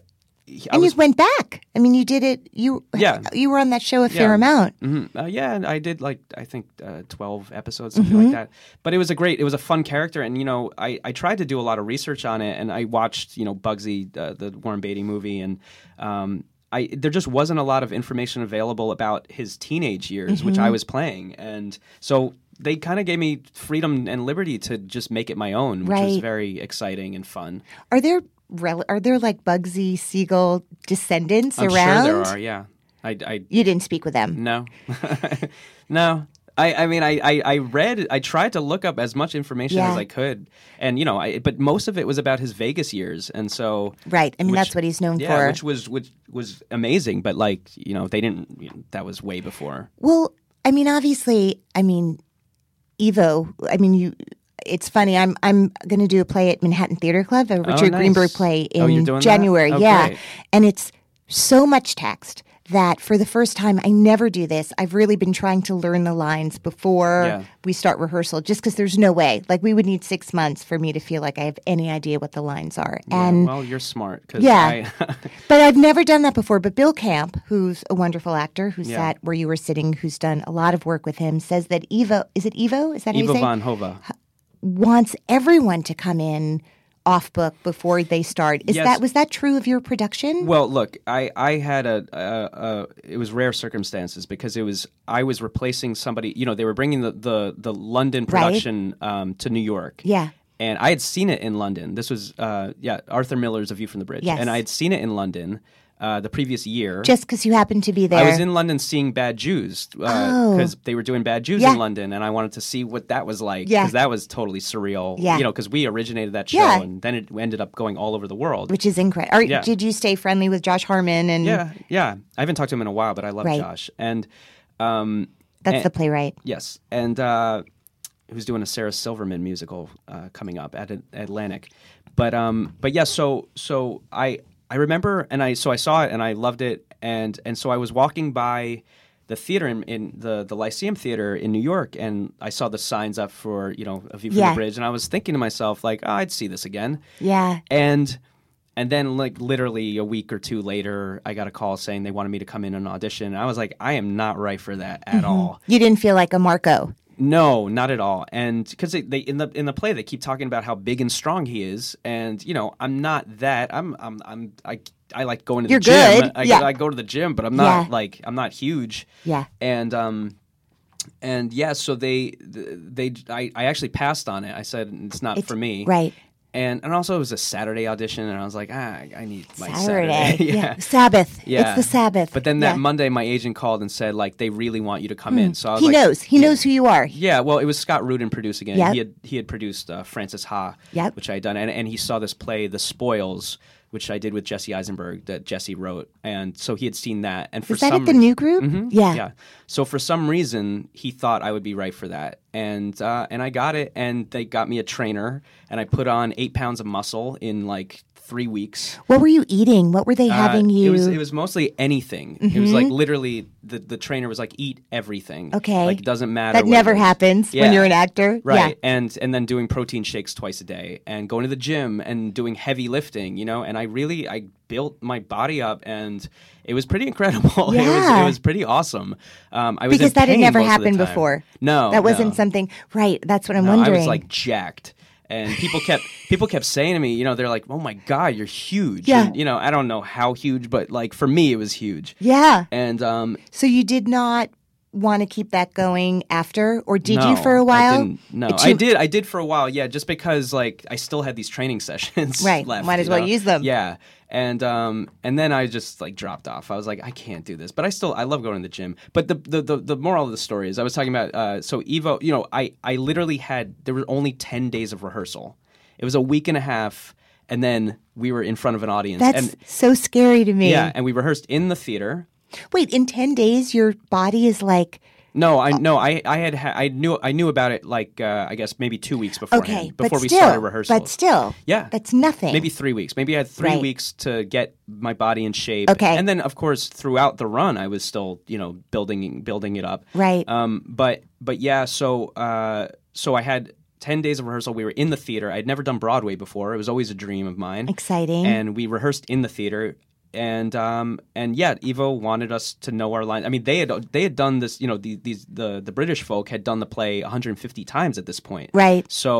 Speaker 6: he- I
Speaker 11: and
Speaker 6: was
Speaker 11: you went back. I mean, you did it. You
Speaker 6: Yeah.
Speaker 11: you were on that show a fair
Speaker 6: Yeah.
Speaker 11: amount.
Speaker 6: Mm-hmm. Uh, yeah, and I did like I think uh, twelve episodes, something
Speaker 11: Mm-hmm.
Speaker 6: like that. But it was a great, it was a fun character, and you know, I, I tried to do a lot of research on it, and I watched you know Bugsy, uh, the Warren Beatty movie, and um, I there just wasn't a lot of information available about his teenage years, which
Speaker 11: Mm-hmm.
Speaker 6: I was playing, and so they kind of gave me freedom and liberty to just make it my own, which was
Speaker 11: Right.
Speaker 6: very exciting and fun.
Speaker 11: Are there rel- are there like Bugsy Siegel descendants
Speaker 6: I'm
Speaker 11: around?
Speaker 6: sure there are, yeah. I, I
Speaker 11: You didn't speak with them.
Speaker 6: No, no. I, I mean, I, I, I read, I tried to look up as much information
Speaker 11: Yeah.
Speaker 6: as I could, and you know, I, but most of it was about his Vegas years, and so
Speaker 11: Right. I mean,
Speaker 6: Which-
Speaker 11: that's what he's known
Speaker 6: yeah,
Speaker 11: for.
Speaker 6: which was which was amazing. But like, you know, they didn't. You know, that was way before.
Speaker 11: Well, I mean, obviously, I mean, Evo. I mean, you. It's funny. I'm I'm going to do a play at Manhattan Theater Club, a Richard
Speaker 6: Oh, nice.
Speaker 11: Greenberg play
Speaker 6: Oh, you're
Speaker 11: in
Speaker 6: doing that?
Speaker 11: January.
Speaker 6: Oh,
Speaker 11: yeah,
Speaker 6: great.
Speaker 11: and it's so much text that for the first time, I never do this. I've really been trying to learn the lines before
Speaker 6: Yeah.
Speaker 11: we start rehearsal, just because there's no way. Like we would need six months for me to feel like I have any idea what the lines are. and
Speaker 6: well, you're smart. 'cause
Speaker 11: Yeah.
Speaker 6: I,
Speaker 11: but I've never done that before. But Bill Camp, who's a wonderful actor who sat where you were sitting, who's done a lot of work with him, says that Evo is it Evo? Is that how you
Speaker 6: Eva
Speaker 11: say? it?
Speaker 6: von Hova.
Speaker 11: Wants everyone to come in off book before they start. Is
Speaker 6: Yes.
Speaker 11: that was that true of your production?
Speaker 6: Well, look, I, I had a, a, a it was rare circumstances because it was I was replacing somebody. You know, they were bringing the the, the London production um, to New York.
Speaker 11: Yeah.
Speaker 6: and I had seen it in London. This was uh, yeah Arthur Miller's A View from the Bridge.
Speaker 11: Yes.
Speaker 6: and I had seen it in London uh, the previous year.
Speaker 11: Just because you happened to be there. Oh.
Speaker 6: I was in London seeing Bad Jews because they were doing Bad Jews
Speaker 11: Yeah.
Speaker 6: in London, and I wanted to see what that was like
Speaker 11: Yeah.
Speaker 6: because that was totally surreal.
Speaker 11: Yeah.
Speaker 6: you know, because we originated that show,
Speaker 11: Yeah.
Speaker 6: and then it ended up going all over the world.
Speaker 11: which is incredible. Or
Speaker 6: Yeah.
Speaker 11: did you stay friendly with Josh Harmon? And
Speaker 6: Yeah, yeah. I haven't talked to him in a while, but I love
Speaker 11: Mm-hmm. Right.
Speaker 6: Josh. And um,
Speaker 11: that's
Speaker 6: And-
Speaker 11: the playwright.
Speaker 6: yes, and uh, who's doing a Sarah Silverman musical uh, coming up at At- Atlantic? But um, but yeah. So so I I remember, and I so I saw it, and I loved it, and and so I was walking by. The theater in, in the the Lyceum Theater in New York, and I saw the signs up for you know a view from
Speaker 11: Yeah.
Speaker 6: the bridge, and I was thinking to myself like, oh, I'd see this again
Speaker 11: Yeah.
Speaker 6: and and then like literally a week or two later i got a call saying they wanted me to come in and audition and i was like i am not right for that at all
Speaker 11: You didn't feel like a Marco.
Speaker 6: no not at all and because they, they in the in the play they keep talking about how big and strong he is and you know i'm not that i'm i'm, I'm i I like going to
Speaker 11: You're
Speaker 6: the gym.
Speaker 11: good.
Speaker 6: I,
Speaker 11: Yeah.
Speaker 6: I go to the gym, but I'm not
Speaker 11: Yeah.
Speaker 6: like I'm not huge
Speaker 11: Yeah.
Speaker 6: and um and yeah so they they I, I actually passed on it i said it's not for me
Speaker 11: Right.
Speaker 6: and and also it was a saturday audition and i was like ah i I need my saturday,
Speaker 11: Saturday. Sabbath.
Speaker 6: Yeah.
Speaker 11: It's the Sabbath.
Speaker 6: but then that
Speaker 11: Yeah. Hmm.
Speaker 6: monday my agent called and said like they really want you to come in so i was
Speaker 11: he
Speaker 6: like
Speaker 11: knows. He knows who you are.
Speaker 6: yeah, well, it was Scott Rudin producing it.
Speaker 11: Yep.
Speaker 6: He had he had produced uh, Francis Ha,
Speaker 11: Yep.
Speaker 6: which I had done, and, and he saw this play, The Spoils, which I did with Jesse Eisenberg that Jesse wrote, and so he had seen that. And for
Speaker 11: Is that
Speaker 6: some
Speaker 11: at the
Speaker 6: reason-
Speaker 11: new group? Yeah.
Speaker 6: yeah. So for some reason, he thought I would be right for that, and uh, and I got it, and they got me a trainer, and I put on eight pounds of muscle in like three weeks.
Speaker 11: What were you eating? What were they
Speaker 6: Uh,
Speaker 11: having you? Mm-hmm.
Speaker 6: It was, it was mostly anything. It was like literally the the trainer was like, eat everything.
Speaker 11: Okay.
Speaker 6: like it doesn't matter.
Speaker 11: that
Speaker 6: what it
Speaker 11: never
Speaker 6: is.
Speaker 11: happens when
Speaker 6: Yeah.
Speaker 11: you're an actor.
Speaker 6: Right.
Speaker 11: Yeah.
Speaker 6: And and then doing protein shakes twice a day and going to the gym and doing heavy lifting, you know, and I I really I built my body up, and it was pretty incredible. it was
Speaker 11: Yeah.
Speaker 6: it was pretty awesome. Um, I was in
Speaker 11: Because that had
Speaker 6: pain
Speaker 11: never
Speaker 6: most of the
Speaker 11: happened
Speaker 6: time.
Speaker 11: before.
Speaker 6: Oh, No,
Speaker 11: that wasn't
Speaker 6: no.
Speaker 11: something right. That's what I'm
Speaker 6: No,
Speaker 11: wondering.
Speaker 6: I was like jacked. And people kept people kept saying to me, you know, they're like, "Oh my god, you're huge."
Speaker 11: Yeah.
Speaker 6: And, you know, I don't know how huge, but like for me, it was huge.
Speaker 11: yeah.
Speaker 6: And um,
Speaker 11: So you did not want to keep that going after, or did
Speaker 6: no,
Speaker 11: you for
Speaker 6: I
Speaker 11: a while?
Speaker 6: didn't- no,
Speaker 11: It
Speaker 6: I
Speaker 11: you-
Speaker 6: did. I did for a while. Yeah, just because like I still had these training sessions.
Speaker 11: Right,
Speaker 6: Left,
Speaker 11: might as
Speaker 6: you
Speaker 11: well
Speaker 6: know?
Speaker 11: use them.
Speaker 6: Yeah, and um, and then I just like dropped off. I was like, I can't do this. But I still I love going to the gym. But the the the, the moral of the story is I was talking about uh, so Evo. You know, I I literally had there were only ten days of rehearsal. It was a week and a half, and then we were in front of an audience.
Speaker 11: That's
Speaker 6: and,
Speaker 11: so scary to me.
Speaker 6: yeah, and we rehearsed in the theater.
Speaker 11: Wait, in ten days, your body is like
Speaker 6: No,
Speaker 11: Uh,
Speaker 6: I no, I I had ha- I knew I knew about it like uh, I guess maybe two weeks beforehand
Speaker 11: okay,
Speaker 6: before
Speaker 11: but
Speaker 6: we
Speaker 11: still,
Speaker 6: started rehearsals.
Speaker 11: But still,
Speaker 6: Yeah.
Speaker 11: that's nothing.
Speaker 6: Maybe three weeks. Maybe I had three
Speaker 11: Right.
Speaker 6: weeks to get my body in shape.
Speaker 11: Okay.
Speaker 6: And then, of course, throughout the run, I was still, you know, building building it up.
Speaker 11: Right.
Speaker 6: Um. But but yeah. So uh. So I had ten days of rehearsal. We were in the theater. I'd never done Broadway before. It was always a dream of mine.
Speaker 11: exciting.
Speaker 6: And we rehearsed in the theater. And um and yeah, Evo wanted us to know our line. I mean, they had they had done this. You know, the, these the the British folk had done the play 150 times at this point.
Speaker 11: right.
Speaker 6: So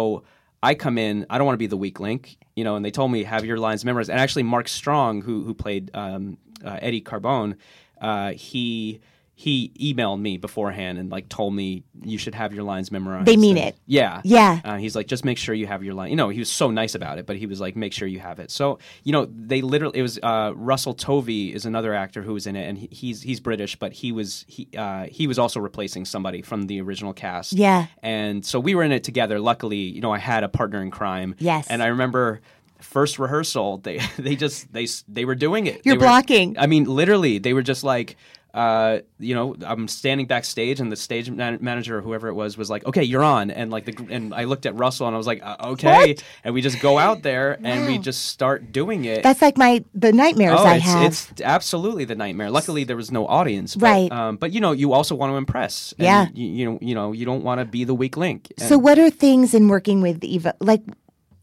Speaker 6: I come in. I don't want to be the weak link, you know. And they told me have your lines memorized. And actually, Mark Strong, who who played um, uh, Eddie Carbone, uh, he he emailed me beforehand and like told me you should have your lines memorized.
Speaker 11: They mean
Speaker 6: And-
Speaker 11: it.
Speaker 6: Yeah.
Speaker 11: Yeah.
Speaker 6: Uh, he's like, just make sure you have your line. You know, he was so nice about it, but he was like, make sure you have it. So, you know, they literally it was uh, Russell Tovey is another actor who was in it, and he, he's he's British, but he was he uh, he was also replacing somebody from the original cast.
Speaker 11: Yeah.
Speaker 6: And so we were in it together. Luckily, you know, I had a partner in crime.
Speaker 11: Yes.
Speaker 6: And I remember first rehearsal, they they just they s- they were doing it.
Speaker 11: You're
Speaker 6: They were-
Speaker 11: blocking.
Speaker 6: I mean, literally, they were just like. Uh, you know, I'm standing backstage, and the stage man- manager or whoever it was was like, "Okay, you're on." And like the gr- and I looked at Russell, and I was like, uh, "Okay." And we just go out there and we just start doing it.
Speaker 11: That's like my the nightmares
Speaker 6: Oh,
Speaker 11: I
Speaker 6: it's,
Speaker 11: have.
Speaker 6: it's absolutely the nightmare. Luckily, there was no audience, but,
Speaker 11: Right.
Speaker 6: Um, but you know, you also want to impress. and
Speaker 11: Yeah.
Speaker 6: You, you know, you know, you don't want to be the weak link. And
Speaker 11: so, what are things in working with Eva? Like,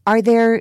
Speaker 11: are there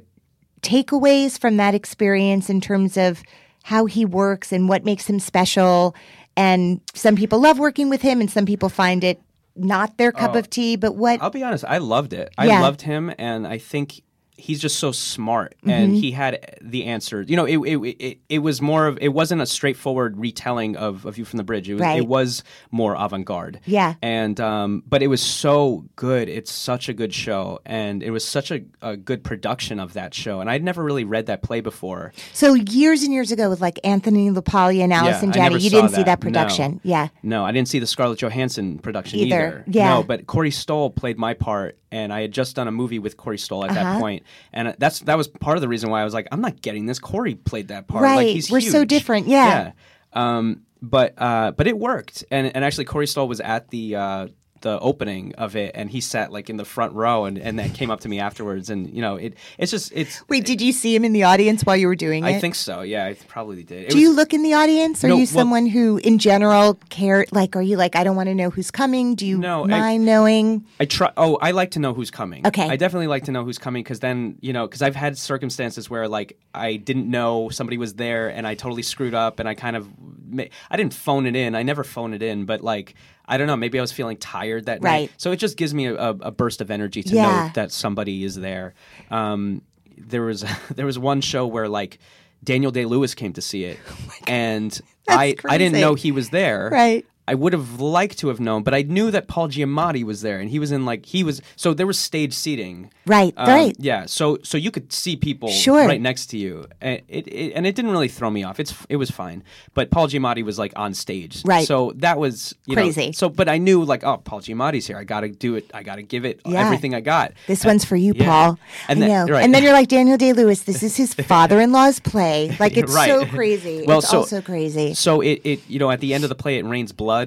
Speaker 11: takeaways from that experience in terms of how he works and what makes him special? And some people love working with him, and some people find it not their
Speaker 6: Oh.
Speaker 11: cup of tea. But what?
Speaker 6: I'll be honest, I loved it. I
Speaker 11: Yeah.
Speaker 6: loved him, and I think he's just so smart, and
Speaker 11: Mm-hmm.
Speaker 6: he had the answer. You know, it it, it it was more of it wasn't a straightforward retelling of of View from the Bridge. It was
Speaker 11: Right.
Speaker 6: it was more avant garde.
Speaker 11: Yeah.
Speaker 6: and um, but it was so good. It's such a good show, and it was such a, a good production of that show. And I'd never really read that play before.
Speaker 11: So years and years ago, with like Anthony LaPaglia and Allison
Speaker 6: I
Speaker 11: Janney,
Speaker 6: never
Speaker 11: you
Speaker 6: saw
Speaker 11: didn't see
Speaker 6: that,
Speaker 11: that production. Yeah,
Speaker 6: No, I didn't see the Scarlett Johansson production
Speaker 11: Either,
Speaker 6: either.
Speaker 11: yeah.
Speaker 6: No, but Corey Stoll played my part, and I had just done a movie with Corey Stoll at
Speaker 11: Uh-huh.
Speaker 6: that point, and that's that was part of the reason why I was like, I'm not getting this. Corey played that part. Like,
Speaker 11: Right.
Speaker 6: he's
Speaker 11: We're so
Speaker 6: huge.
Speaker 11: different, yeah.
Speaker 6: Yeah. Um, but uh, but it worked, and and actually Corey Stoll was at the. Uh, the opening of it, and he sat like in the front row, and and that came up to me afterwards, and you know it. It's just it's.
Speaker 11: Wait, did you see him in the audience while you were doing it?
Speaker 6: I think so. Yeah, I probably did. It
Speaker 11: Do
Speaker 6: was-
Speaker 11: you look in the audience? Are
Speaker 6: No,
Speaker 11: you
Speaker 6: well-
Speaker 11: someone who, in general, care? Like, are you like, I don't want to know who's coming? Do you
Speaker 6: No, I-
Speaker 11: mind knowing?
Speaker 6: I try. Oh, I like to know who's coming.
Speaker 11: Okay.
Speaker 6: I definitely like to know who's coming because then you know because I've had circumstances where like I didn't know somebody was there and I totally screwed up and I kind of ma- I didn't phone it in. I never phone it in, but like I don't know. Maybe I was feeling tired that
Speaker 11: Right.
Speaker 6: night, so it just gives me a, a, a burst of energy to
Speaker 11: Yeah.
Speaker 6: know that somebody is there. Um, there was there was one show where like Daniel Day Lewis came to see it,
Speaker 11: Oh
Speaker 6: and I I didn't
Speaker 11: crazy.
Speaker 6: know he was there.
Speaker 11: Right.
Speaker 6: I would have liked to have known, but I knew that Paul Giamatti was there, and he was in like he was. So there was stage seating, Um,
Speaker 11: Right, right.
Speaker 6: Yeah, so so you could see people
Speaker 11: Sure.
Speaker 6: right next to you, and it, it and it didn't really throw me off. It's it was fine, but Paul Giamatti was like on stage,
Speaker 11: Right.
Speaker 6: So that was you know,
Speaker 11: Crazy.
Speaker 6: so, but I knew like oh, Paul Giamatti's here. I got to do it. I got to give it
Speaker 11: Yeah.
Speaker 6: everything I got.
Speaker 11: This one's for you,
Speaker 6: yeah.
Speaker 11: Paul.
Speaker 6: And
Speaker 11: I
Speaker 6: then-
Speaker 11: know.
Speaker 6: right.
Speaker 11: And then you're like Daniel Day Lewis. This is his father-in-law's play. Like, it's
Speaker 6: Right.
Speaker 11: so crazy.
Speaker 6: Well,
Speaker 11: it's
Speaker 6: so-
Speaker 11: also crazy.
Speaker 6: So it, it you know at the end of the play it rains blood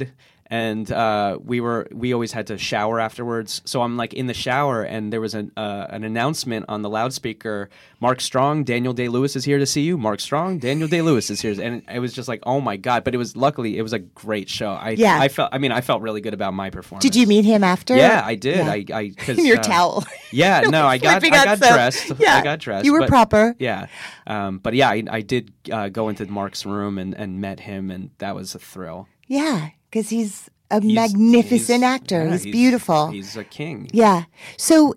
Speaker 6: and uh, we were we always had to shower afterwards. So I'm like in the shower, and there was an uh, an announcement on the loudspeaker: Mark Strong, Daniel Day Lewis is here to see you. Mark Strong, Daniel Day Lewis is here, and it was just like, oh my god! But it was luckily it was a great show. I
Speaker 11: Yeah.
Speaker 6: I felt I mean I felt really good about my performance.
Speaker 11: Did you meet him after?
Speaker 6: Yeah, I did.
Speaker 11: Yeah.
Speaker 6: I I 'cause,
Speaker 11: in your
Speaker 6: uh,
Speaker 11: towel.
Speaker 6: Yeah, no, I got I
Speaker 11: Flipping out
Speaker 6: got
Speaker 11: so-
Speaker 6: dressed. I got dressed.
Speaker 11: You were
Speaker 6: but-
Speaker 11: proper.
Speaker 6: Yeah, um, but yeah, I, I did uh, go into Mark's room and, and met him, and that was a thrill.
Speaker 11: Yeah, because he's a
Speaker 6: He's-
Speaker 11: magnificent
Speaker 6: he's-
Speaker 11: actor.
Speaker 6: yeah,
Speaker 11: he's, beautiful.
Speaker 6: He's a king.
Speaker 11: yeah. So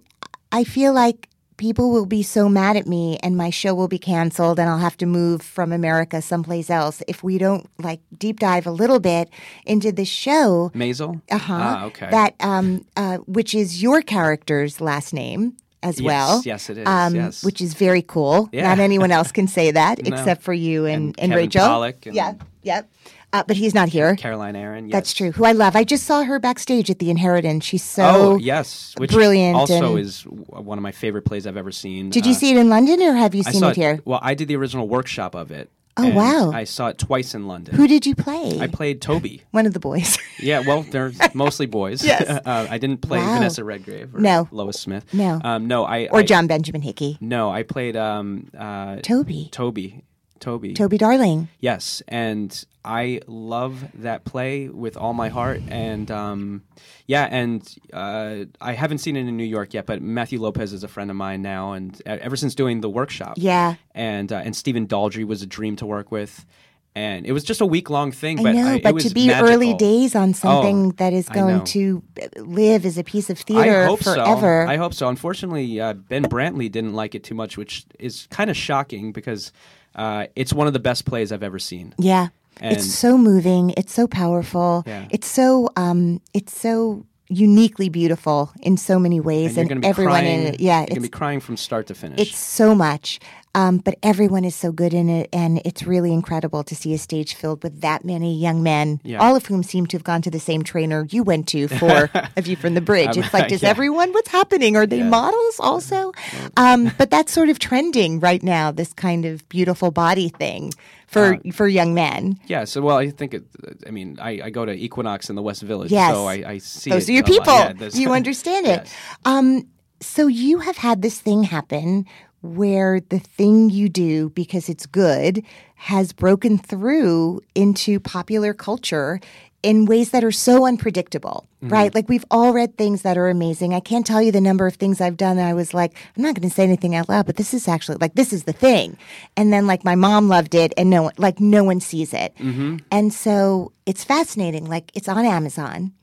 Speaker 11: I feel like people will be so mad at me and my show will be canceled and I'll have to move from America someplace else if we don't like deep dive a little bit into the show.
Speaker 6: Maisel?
Speaker 11: Uh-huh.
Speaker 6: Ah, okay.
Speaker 11: That um uh which is your character's last name as
Speaker 6: Yes,
Speaker 11: well.
Speaker 6: yes, it is,
Speaker 11: Um
Speaker 6: yes.
Speaker 11: which is very cool.
Speaker 6: Yeah.
Speaker 11: Not anyone else can say that except for you and,
Speaker 6: And Kevin
Speaker 11: Rachel.
Speaker 6: Pollak and-
Speaker 11: yeah. Yep. Uh, but he's not here.
Speaker 6: Caroline Aaron. Yes.
Speaker 11: That's true. Who I love. I just saw her backstage at the Inheritance. She's so
Speaker 6: Oh, yes. Which
Speaker 11: brilliant
Speaker 6: Also
Speaker 11: and-
Speaker 6: is w- one of my favorite plays I've ever seen.
Speaker 11: Did you
Speaker 6: Uh,
Speaker 11: see it in London or have you
Speaker 6: I
Speaker 11: seen
Speaker 6: saw
Speaker 11: it here?
Speaker 6: Well, I did the original workshop of it.
Speaker 11: Oh,
Speaker 6: and
Speaker 11: wow.
Speaker 6: I saw it twice in London.
Speaker 11: Who did you play?
Speaker 6: I played Toby.
Speaker 11: One of the boys.
Speaker 6: Yeah, well, they're mostly boys.
Speaker 11: Yes.
Speaker 6: uh, I didn't play
Speaker 11: Wow.
Speaker 6: Vanessa Redgrave or
Speaker 11: No.
Speaker 6: Lois Smith.
Speaker 11: No.
Speaker 6: Um, no, I.
Speaker 11: or
Speaker 6: I-
Speaker 11: John Benjamin Hickey.
Speaker 6: No, I played um, uh,
Speaker 11: Toby.
Speaker 6: Toby. Toby.
Speaker 11: Toby Darling.
Speaker 6: Yes, and I love that play with all my heart. And um, yeah, and uh, I haven't seen it in New York yet, but Matthew Lopez is a friend of mine now, and uh, ever since doing the workshop,
Speaker 11: Yeah.
Speaker 6: and uh, and Stephen Daldry was a dream to work with, and it was just a week long thing.
Speaker 11: I
Speaker 6: but
Speaker 11: know,
Speaker 6: I, it
Speaker 11: but to
Speaker 6: was
Speaker 11: be
Speaker 6: magical. Oh,
Speaker 11: early days on something that is
Speaker 6: I
Speaker 11: going
Speaker 6: know.
Speaker 11: to live as a piece of
Speaker 6: I
Speaker 11: theater
Speaker 6: hope
Speaker 11: forever.
Speaker 6: so. I hope so. Unfortunately, uh, Ben Brantley didn't like it too much, which is kind of shocking because uh, it's one of the best plays I've ever seen.
Speaker 11: yeah.
Speaker 6: And-
Speaker 11: it's so moving. It's so powerful.
Speaker 6: Yeah.
Speaker 11: It's so um it's so uniquely beautiful in so many
Speaker 6: and
Speaker 11: ways
Speaker 6: you're going to be
Speaker 11: everyone
Speaker 6: crying.
Speaker 11: in it.
Speaker 6: you're
Speaker 11: Yeah,
Speaker 6: going to
Speaker 11: it's
Speaker 6: be crying from start to finish.
Speaker 11: It's so much, um, but everyone is so good in it, and it's really incredible to see a stage filled with that many young men,
Speaker 6: Yeah.
Speaker 11: all of whom seem to have gone to the same trainer you went to for A View from the Bridge. It's like, does
Speaker 6: yeah.
Speaker 11: everyone? What's happening? Are they models also? Um, but that's sort of trending right now. This kind of beautiful body thing for
Speaker 6: Um,
Speaker 11: for young men.
Speaker 6: yeah. So well, I think it. I mean, I, I go to Equinox in the West Village,
Speaker 11: Yes.
Speaker 6: so I, I see.
Speaker 11: Those
Speaker 6: it
Speaker 11: are your
Speaker 6: a lot.
Speaker 11: people.
Speaker 6: Yeah, there's-
Speaker 11: you understand it.
Speaker 6: Yes.
Speaker 11: Um, so you have had this thing happen where the thing you do because it's good has broken through into popular culture in ways that are so unpredictable,
Speaker 6: Mm-hmm.
Speaker 11: right? Like we've all read things that are amazing. I can't tell you the number of things I've done that I was like, I'm not going to say anything out loud, but this is actually like this is the thing. And then like my mom loved it and no one like no one sees it.
Speaker 6: Mm-hmm.
Speaker 11: And so it's fascinating. Like it's on Amazon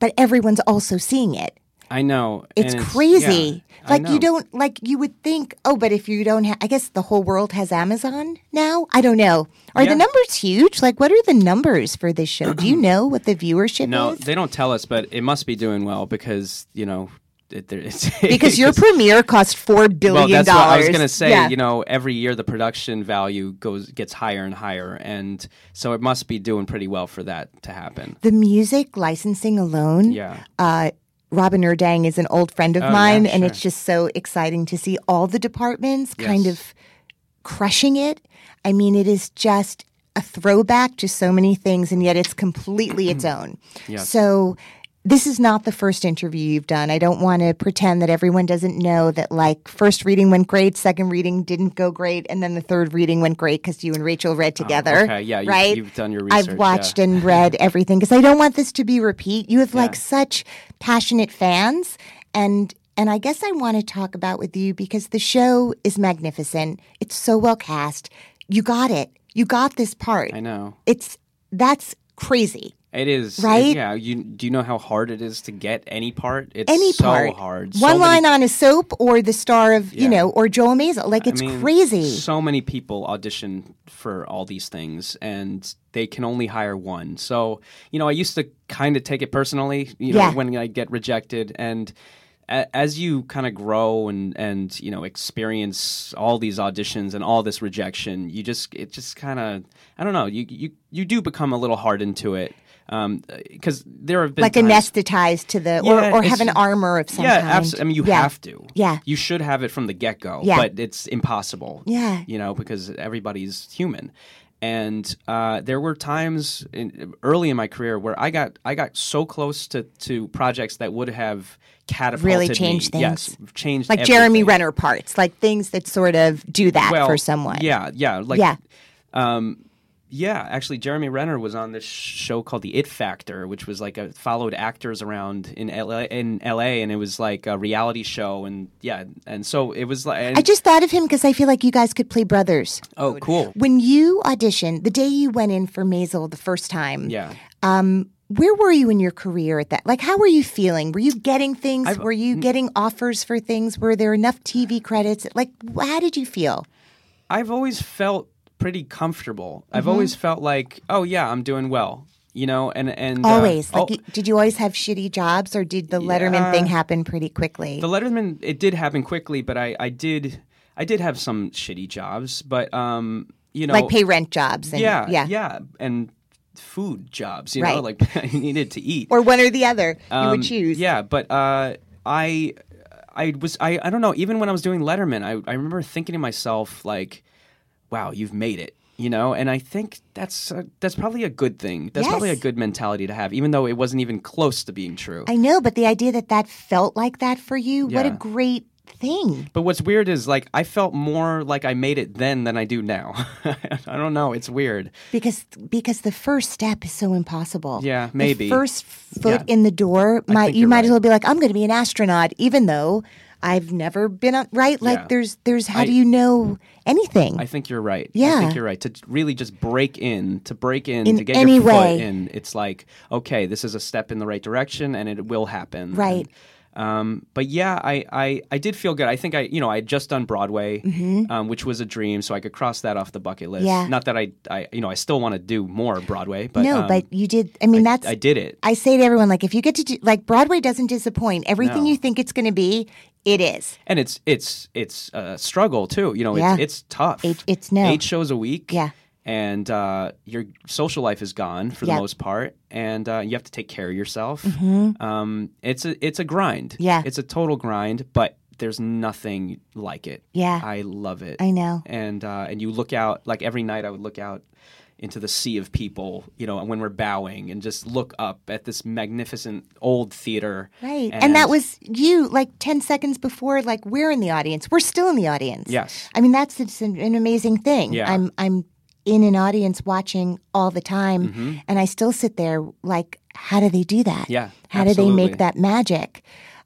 Speaker 11: but everyone's also seeing it.
Speaker 6: I know.
Speaker 11: It's
Speaker 6: and
Speaker 11: crazy.
Speaker 6: yeah, I
Speaker 11: like you
Speaker 6: know.
Speaker 11: don't like you would think. Oh, but if you don't, ha- I guess the whole world has Amazon now. I don't know. Are
Speaker 6: Yeah.
Speaker 11: the numbers huge? Like, what are the numbers for this show? Do you know what the viewership
Speaker 6: No,
Speaker 11: is?
Speaker 6: they don't tell us, but it must be doing well because you know it, there- it's
Speaker 11: because your premiere cost four billion
Speaker 6: Well, that's
Speaker 11: dollars.
Speaker 6: what I was going to say.
Speaker 11: Yeah.
Speaker 6: You know, every year the production value goes gets higher and higher, and so it must be doing pretty well for that to happen.
Speaker 11: the music licensing alone.
Speaker 6: Yeah. Oh,
Speaker 11: uh, Robin Erdang is an old friend of
Speaker 6: yeah,
Speaker 11: mine, and
Speaker 6: sure.
Speaker 11: it's just so exciting to see all the departments kind of crushing it. I mean, it is just a throwback to so many things, and yet it's completely its
Speaker 6: Mm.
Speaker 11: own. So, this is not the first interview you've done. I don't want to pretend that everyone doesn't know that, like, first reading went great, second reading didn't go great, and then the third reading went great because you and Rachel read together.
Speaker 6: Oh, okay, yeah, you've-
Speaker 11: right?
Speaker 6: you've done your research,
Speaker 11: I've
Speaker 6: yeah.
Speaker 11: watched and read everything because I don't want this to be repeat. You have like such passionate fans and and I guess I want to talk about with you because the show is magnificent. It's so well cast. You got it. You got this part.
Speaker 6: I know
Speaker 11: It's that's crazy.
Speaker 6: it is.
Speaker 11: Right?
Speaker 6: yeah. You do you know how hard it is to get any part? It's
Speaker 11: Any
Speaker 6: so
Speaker 11: part.
Speaker 6: hard. So
Speaker 11: One
Speaker 6: many-
Speaker 11: line on a soap or the star of, you
Speaker 6: Yeah.
Speaker 11: know, or Joel Mazel. Like
Speaker 6: I
Speaker 11: it's
Speaker 6: mean,
Speaker 11: crazy.
Speaker 6: So many people audition for all these things, and they can only hire one. So you know, I used to kind of take it personally. You know,
Speaker 11: Yeah.
Speaker 6: when I get rejected, and a- as you kind of grow and and you know experience all these auditions and all this rejection, you just it just kind of I don't know you you you do become a little hardened to it because there have been
Speaker 11: like
Speaker 6: times-
Speaker 11: anesthetized to the or,
Speaker 6: Yeah,
Speaker 11: or have an
Speaker 6: it's-
Speaker 11: armor of some
Speaker 6: yeah,
Speaker 11: kind.
Speaker 6: absolutely. I mean, you
Speaker 11: Yeah.
Speaker 6: have to.
Speaker 11: Yeah.
Speaker 6: you should have it from the get go.
Speaker 11: Yeah.
Speaker 6: but it's impossible.
Speaker 11: Yeah.
Speaker 6: you know, because everybody's human, And uh, there were times in, early in my career where I got I got so close to, to projects that would have catapulted
Speaker 11: Really
Speaker 6: me.
Speaker 11: changed things.
Speaker 6: Yes, changed
Speaker 11: like Jeremy
Speaker 6: everything.
Speaker 11: Renner parts, like things that sort of do that
Speaker 6: well,
Speaker 11: for someone.
Speaker 6: Yeah, yeah, like um,
Speaker 11: Yeah.
Speaker 6: yeah, actually, Jeremy Renner was on this show called The It Factor, which was like a, followed actors around in LA, in LA, and it was like a reality show, and yeah, and so it was like, and-
Speaker 11: I just thought of him because I feel like you guys could play brothers.
Speaker 6: oh, cool,
Speaker 11: When you auditioned, the day you went in for Maisel the first time,
Speaker 6: yeah.
Speaker 11: where were you in your career at that? Like, how were you feeling? Were you getting things?
Speaker 6: I've-
Speaker 11: were you getting offers for things? Were there enough TV credits? Like, wh- how did you feel?
Speaker 6: I've always felt pretty comfortable.
Speaker 11: Mm-hmm.
Speaker 6: I've always felt like, oh yeah, I'm doing well, you know, and and uh,
Speaker 11: Always.
Speaker 6: oh,
Speaker 11: like, you- did you always have shitty jobs or did the Letterman thing happen pretty quickly?
Speaker 6: the Letterman, it did happen quickly, but I I did I did have some shitty jobs, but um, you know,
Speaker 11: like, pay rent jobs. And,
Speaker 6: yeah,
Speaker 11: yeah.
Speaker 6: yeah, and food jobs, you know,
Speaker 11: Right.
Speaker 6: like I needed to eat.
Speaker 11: Or one or the other. you would
Speaker 6: Um,
Speaker 11: choose.
Speaker 6: Yeah, but uh, I, I was, I, I don't know. Even when I was doing Letterman, I, I remember thinking to myself like, "Wow, you've made it," you know. And I think that's uh, that's probably a good thing. That's probably a
Speaker 11: Yes.
Speaker 6: good mentality to have, even though it wasn't even close to being true.
Speaker 11: I know, but the idea that that felt like that for you, what a
Speaker 6: Yeah.
Speaker 11: great thing.
Speaker 6: but what's weird is like I felt more like I made it then than I do now. I don't know. It's weird.
Speaker 11: Because because the first step is so impossible.
Speaker 6: Yeah,
Speaker 11: The
Speaker 6: maybe.
Speaker 11: first foot
Speaker 6: Yeah.
Speaker 11: in the door, might
Speaker 6: think
Speaker 11: you
Speaker 6: you're
Speaker 11: might as
Speaker 6: right.
Speaker 11: well be like, I'm going to be an astronaut, even though I've never been on. Right? Like,
Speaker 6: Yeah.
Speaker 11: there's there's how
Speaker 6: I-
Speaker 11: do you know anything?
Speaker 6: I think you're right. I
Speaker 11: Yeah.
Speaker 6: think you're right. To really just break in, to break in,
Speaker 11: In
Speaker 6: to get
Speaker 11: any
Speaker 6: your
Speaker 11: way.
Speaker 6: foot in, it's like, okay, this is a step in the right direction and it will happen.
Speaker 11: Right.
Speaker 6: And, um, but yeah, I, I, I did feel good. I think I, you know, I had just done Broadway, um, which was a dream, so I could cross that off the bucket list.
Speaker 11: Mm-hmm. Yeah.
Speaker 6: Not that I, I, you know, I still want to do more Broadway, but
Speaker 11: no,
Speaker 6: um,
Speaker 11: but you did. I mean, that's
Speaker 6: I did it.
Speaker 11: I say to everyone, like, if you get to do, like, Broadway doesn't disappoint. Everything
Speaker 6: No.
Speaker 11: you think it's going to be, it is.
Speaker 6: and it's it's it's a struggle too. You know,
Speaker 11: Yeah.
Speaker 6: it's, it's tough.
Speaker 11: Eight- it's no.
Speaker 6: eight shows a week.
Speaker 11: Yeah.
Speaker 6: and uh, your social life is gone for
Speaker 11: Yeah.
Speaker 6: the most part, and uh, you have to take care of yourself. Um, it's a it's a grind.
Speaker 11: Mm-hmm. Yeah.
Speaker 6: it's a total grind, but there's nothing like it.
Speaker 11: Yeah.
Speaker 6: I love it.
Speaker 11: I know.
Speaker 6: And uh, and you look out like every night I would look out into the sea of people, you know, when we're bowing and just look up at this magnificent old theater.
Speaker 11: Right. And, that was you, like 10 seconds before, like, we're in the audience. We're still in the audience.
Speaker 6: Yes.
Speaker 11: I mean, that's it's an, an amazing thing.
Speaker 6: Yeah.
Speaker 11: I'm, I'm in an audience watching all the time, and I still sit there, like, how do they do that?
Speaker 6: Mm-hmm. Yeah,
Speaker 11: How do they make
Speaker 6: absolutely.
Speaker 11: that magic?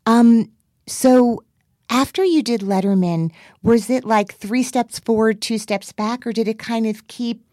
Speaker 11: Um, so, after you did Letterman, was it like three steps forward, two steps back, or did it kind of keep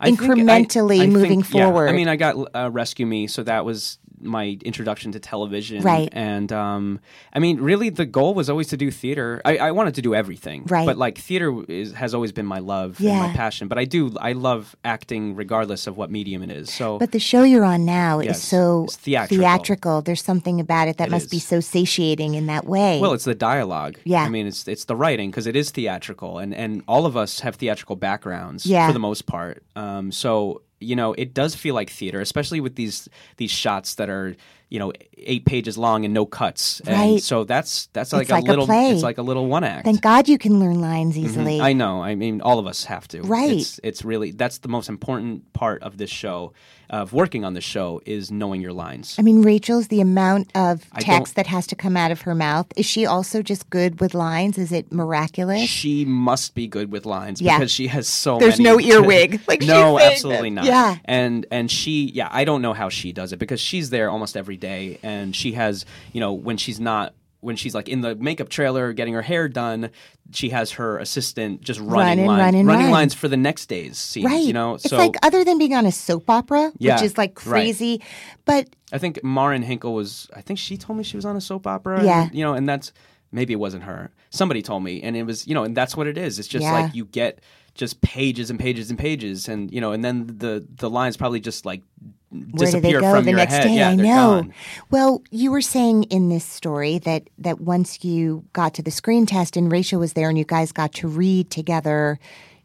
Speaker 6: I think I-
Speaker 11: incrementally moving
Speaker 6: yeah.
Speaker 11: forward.
Speaker 6: I mean, I got uh, Rescue Me, so that was my introduction to television.
Speaker 11: Right.
Speaker 6: And um, I mean, really, the goal was always to do theater. I, I wanted to do everything.
Speaker 11: Right.
Speaker 6: But like, theater is, has always been my love and
Speaker 11: Yeah.
Speaker 6: my passion. But I do, I love acting regardless of what medium it is. So
Speaker 11: But the show you're on now
Speaker 6: Yes,
Speaker 11: is so
Speaker 6: it's theatrical.
Speaker 11: theatrical. There's something about it that
Speaker 6: It
Speaker 11: must be
Speaker 6: is.
Speaker 11: so satiating in that way.
Speaker 6: Well, it's the dialogue.
Speaker 11: Yeah.
Speaker 6: I mean, it's it's the writing because it is theatrical, and and all of us have theatrical backgrounds
Speaker 11: Yeah.
Speaker 6: for the most part. Um, so you know, it does feel like theater, especially with these these shots that are you know eight pages long and no cuts.
Speaker 11: Right.
Speaker 6: And so that's that's like,
Speaker 11: like a
Speaker 6: little
Speaker 11: play.
Speaker 6: it's like a little one act.
Speaker 11: Thank God you can learn lines easily.
Speaker 6: Mm-hmm. I know. I mean, all of us have to.
Speaker 11: Right.
Speaker 6: It's, it's really that's the most important part of this show, of working on this show, is knowing your lines.
Speaker 11: I mean, Rachel's the amount of
Speaker 6: I
Speaker 11: text
Speaker 6: don't-
Speaker 11: that has to come out of her mouth. Is she also just good with lines? Is it miraculous?
Speaker 6: she must be good with lines
Speaker 11: Yeah.
Speaker 6: because she has so
Speaker 11: There's
Speaker 6: many-
Speaker 11: no earwig. Like,
Speaker 6: no
Speaker 11: she's saying
Speaker 6: absolutely
Speaker 11: that.
Speaker 6: not
Speaker 11: Yeah.
Speaker 6: and and she yeah i don't know how she does it because she's there almost every day and she has you know when she's not when she's like in the makeup trailer getting her hair done she has her assistant just running
Speaker 11: and
Speaker 6: lines
Speaker 11: run and
Speaker 6: running
Speaker 11: run.
Speaker 6: lines for the next day's scenes
Speaker 11: right.
Speaker 6: you know
Speaker 11: it's
Speaker 6: so
Speaker 11: like other than being on a soap opera,
Speaker 6: Yeah,
Speaker 11: which is like
Speaker 6: right.
Speaker 11: crazy, but
Speaker 6: i think marin hinkle was i think she told me she was on a soap opera
Speaker 11: Yeah.
Speaker 6: and, you know and that's maybe it wasn't her somebody told me and it was you know and that's what it is it's just
Speaker 11: Yeah.
Speaker 6: like you get just pages and pages and pages and you know and then the the lines probably just like
Speaker 11: where do
Speaker 6: disappear
Speaker 11: they go
Speaker 6: from
Speaker 11: the
Speaker 6: your
Speaker 11: next
Speaker 6: head
Speaker 11: day?
Speaker 6: yeah
Speaker 11: I
Speaker 6: they're
Speaker 11: know.
Speaker 6: gone.
Speaker 11: Well, you were saying in this story that that once you got to the screen test and Rachel was there and you guys got to read together,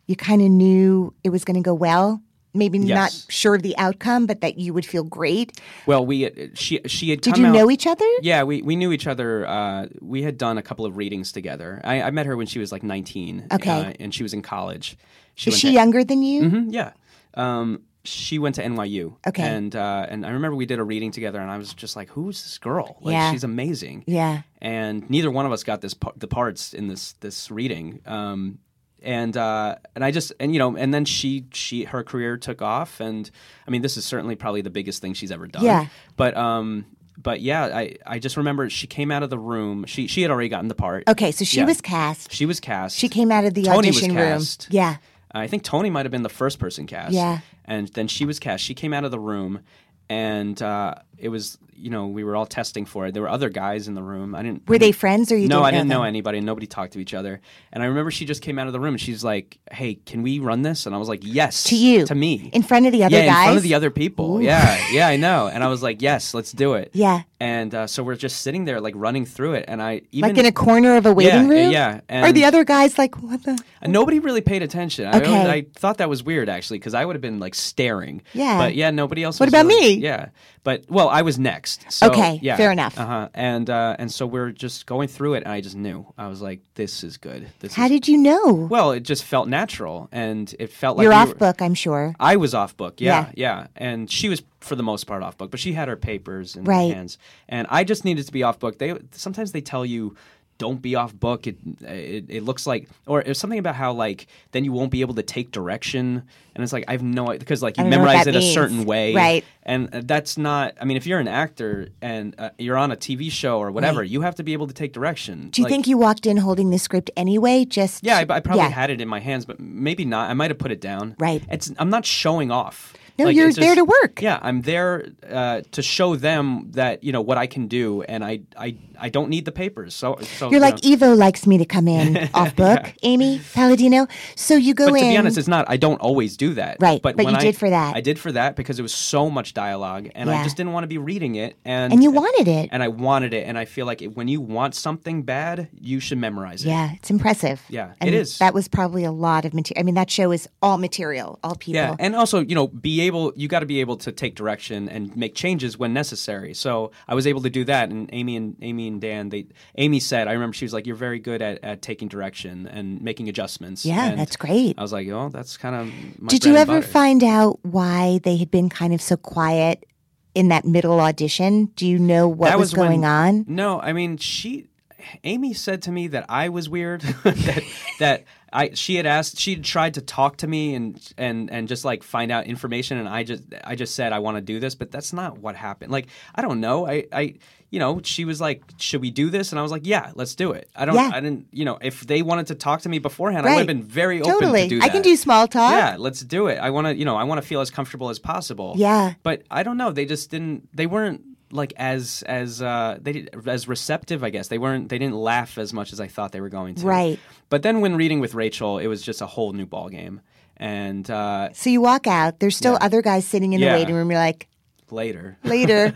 Speaker 11: you kind of knew it was going to go well. Maybe
Speaker 6: Yes.
Speaker 11: not sure of the outcome, but that you would feel great.
Speaker 6: well we uh, she she had
Speaker 11: Did
Speaker 6: come
Speaker 11: you
Speaker 6: out,
Speaker 11: know each other?
Speaker 6: yeah, we, we knew each other. Uh, we had done a couple of readings together. I, I met her when she was like 19.
Speaker 11: Okay.
Speaker 6: uh, and she was in college. She
Speaker 11: Is
Speaker 6: went
Speaker 11: she
Speaker 6: to-
Speaker 11: younger than you?
Speaker 6: Mhm, yeah. Um, she went to NYU.
Speaker 11: Okay.
Speaker 6: And uh, and I remember we did a reading together, and I was just like, "Who's this girl? Like,
Speaker 11: Yeah.
Speaker 6: she's amazing."
Speaker 11: Yeah.
Speaker 6: and neither one of us got this par- the parts in this this reading. Um, and uh, and I just and you know and then she she her career took off and I mean this is certainly probably the biggest thing she's ever done.
Speaker 11: Yeah.
Speaker 6: But um but yeah I I just remember she came out of the room she she had already gotten the part.
Speaker 11: Okay, so she
Speaker 6: Yeah.
Speaker 11: was cast.
Speaker 6: She was cast.
Speaker 11: She came out of the
Speaker 6: Tony was
Speaker 11: audition
Speaker 6: cast.
Speaker 11: room. Yeah.
Speaker 6: I think Tony might have been the first person cast.
Speaker 11: Yeah.
Speaker 6: And then she was cast. She came out of the room, and uh, it was you know we were all testing for it. There were other guys in the room. I didn't.
Speaker 11: Were they friends or you
Speaker 6: no,
Speaker 11: didn't
Speaker 6: I didn't know
Speaker 11: them?
Speaker 6: anybody. Nobody talked to each other. And I remember she just came out of the room. and She's like, "Hey, can we run this?" And I was like, "Yes."
Speaker 11: To you.
Speaker 6: To me.
Speaker 11: In front of the other
Speaker 6: yeah,
Speaker 11: guys?
Speaker 6: in front of the other people. Yeah, yeah, I know. And I was like, "Yes, let's do it."
Speaker 11: Yeah.
Speaker 6: And uh, so we're just sitting there, like running through it, and I even
Speaker 11: Like in a corner of a waiting
Speaker 6: yeah,
Speaker 11: room?
Speaker 6: yeah,
Speaker 11: Or
Speaker 6: and-
Speaker 11: the other guys like, what the?
Speaker 6: and Nobody really paid attention. I,
Speaker 11: Okay.
Speaker 6: I thought that was weird actually because I would have been like staring.
Speaker 11: Yeah.
Speaker 6: But yeah, nobody else.
Speaker 11: What
Speaker 6: was
Speaker 11: about
Speaker 6: really-
Speaker 11: me?
Speaker 6: Yeah. But well, I was next. So,
Speaker 11: Okay,
Speaker 6: Yeah.
Speaker 11: fair enough.
Speaker 6: Uh-huh. And uh, and so we're just going through it, and I just knew. I was like, this is good. This
Speaker 11: How
Speaker 6: is
Speaker 11: did you know?
Speaker 6: well, it just felt natural, and it felt like
Speaker 11: You're
Speaker 6: we
Speaker 11: off
Speaker 6: were-
Speaker 11: book, I'm sure.
Speaker 6: I was off book, yeah, yeah, and she was for the most part off book, but she had her papers in
Speaker 11: Right.
Speaker 6: her hands, and I just needed to be off book. They sometimes they tell you don't be off book. It it, it looks like or it's something about how like then you won't be able to take direction, and it's like I've no because like you
Speaker 11: I don't know what
Speaker 6: memorize
Speaker 11: that
Speaker 6: it a
Speaker 11: means.
Speaker 6: certain way,
Speaker 11: Right.
Speaker 6: And uh, that's not. I mean, if you're an actor and uh, you're on a TV show or whatever, you have to be able to take direction.
Speaker 11: Do you
Speaker 6: Like,
Speaker 11: think you walked in holding the script anyway? Just
Speaker 6: yeah, I, I probably
Speaker 11: yeah.
Speaker 6: had it in my hands, but maybe not. I might have put it down.
Speaker 11: Right.
Speaker 6: It's I'm not showing off.
Speaker 11: No, you're
Speaker 6: it's
Speaker 11: there to work.
Speaker 6: Yeah, I'm there uh, to show them that you know what I can do, and I I, I don't need the papers. So, so
Speaker 11: You're
Speaker 6: you
Speaker 11: like
Speaker 6: know.
Speaker 11: Evo likes me to come in off book, Amy Palladino. So you go
Speaker 6: But
Speaker 11: in.
Speaker 6: to be honest, it's not. I don't always do that.
Speaker 11: Right, but
Speaker 6: when
Speaker 11: you
Speaker 6: I-
Speaker 11: did for that.
Speaker 6: I did for that because it was so much dialogue, and
Speaker 11: Yeah.
Speaker 6: I just didn't want to be reading it. And
Speaker 11: and you wanted it.
Speaker 6: and I wanted it, and I feel like it, when you want something bad, you should memorize it.
Speaker 11: yeah, it's impressive.
Speaker 6: Yeah, it
Speaker 11: and
Speaker 6: is.
Speaker 11: That was probably a lot of material. I mean, that show is all material, all people.
Speaker 6: Yeah, and also you know be able you got to be able to take direction and make changes when necessary. So I was able to do that, and Amy and Amy and Dan, they Amy said I remember she was like you're very good at, at taking direction and making adjustments.
Speaker 11: Yeah,
Speaker 6: And
Speaker 11: that's great.
Speaker 6: I was like, oh, that's kind of my
Speaker 11: Did
Speaker 6: bread
Speaker 11: you
Speaker 6: and
Speaker 11: ever
Speaker 6: butter."
Speaker 11: find out why they had been kind of so quiet in that middle audition? Do you know what
Speaker 6: That
Speaker 11: was,
Speaker 6: was
Speaker 11: going
Speaker 6: when-
Speaker 11: on?
Speaker 6: No, I mean she. Amy said to me that I was weird. that that I she had asked she had tried to talk to me and and and just like find out information and I just I just said I want to do this, but that's not what happened. Like I don't know. I I you know she was like, should we do this? And I was like, yeah, let's do it. I don't.
Speaker 11: Yeah.
Speaker 6: I didn't. You know, if they wanted to talk to me beforehand, I would have
Speaker 11: Right.
Speaker 6: been very
Speaker 11: Totally.
Speaker 6: open to do
Speaker 11: I
Speaker 6: that.
Speaker 11: can do small talk.
Speaker 6: Yeah, let's do it. I want to, you know, I want to feel as comfortable as possible.
Speaker 11: Yeah.
Speaker 6: But I don't know. They just didn't. They weren't like as as uh they did- as receptive. I guess they weren't. They didn't laugh as much as I thought they were going to.
Speaker 11: Right.
Speaker 6: But then when reading with Rachel, it was just a whole new ball game. And uh,
Speaker 11: So you walk out. There's still other guys sitting in
Speaker 6: Yeah.
Speaker 11: the waiting room. You're like,
Speaker 6: later,
Speaker 11: later.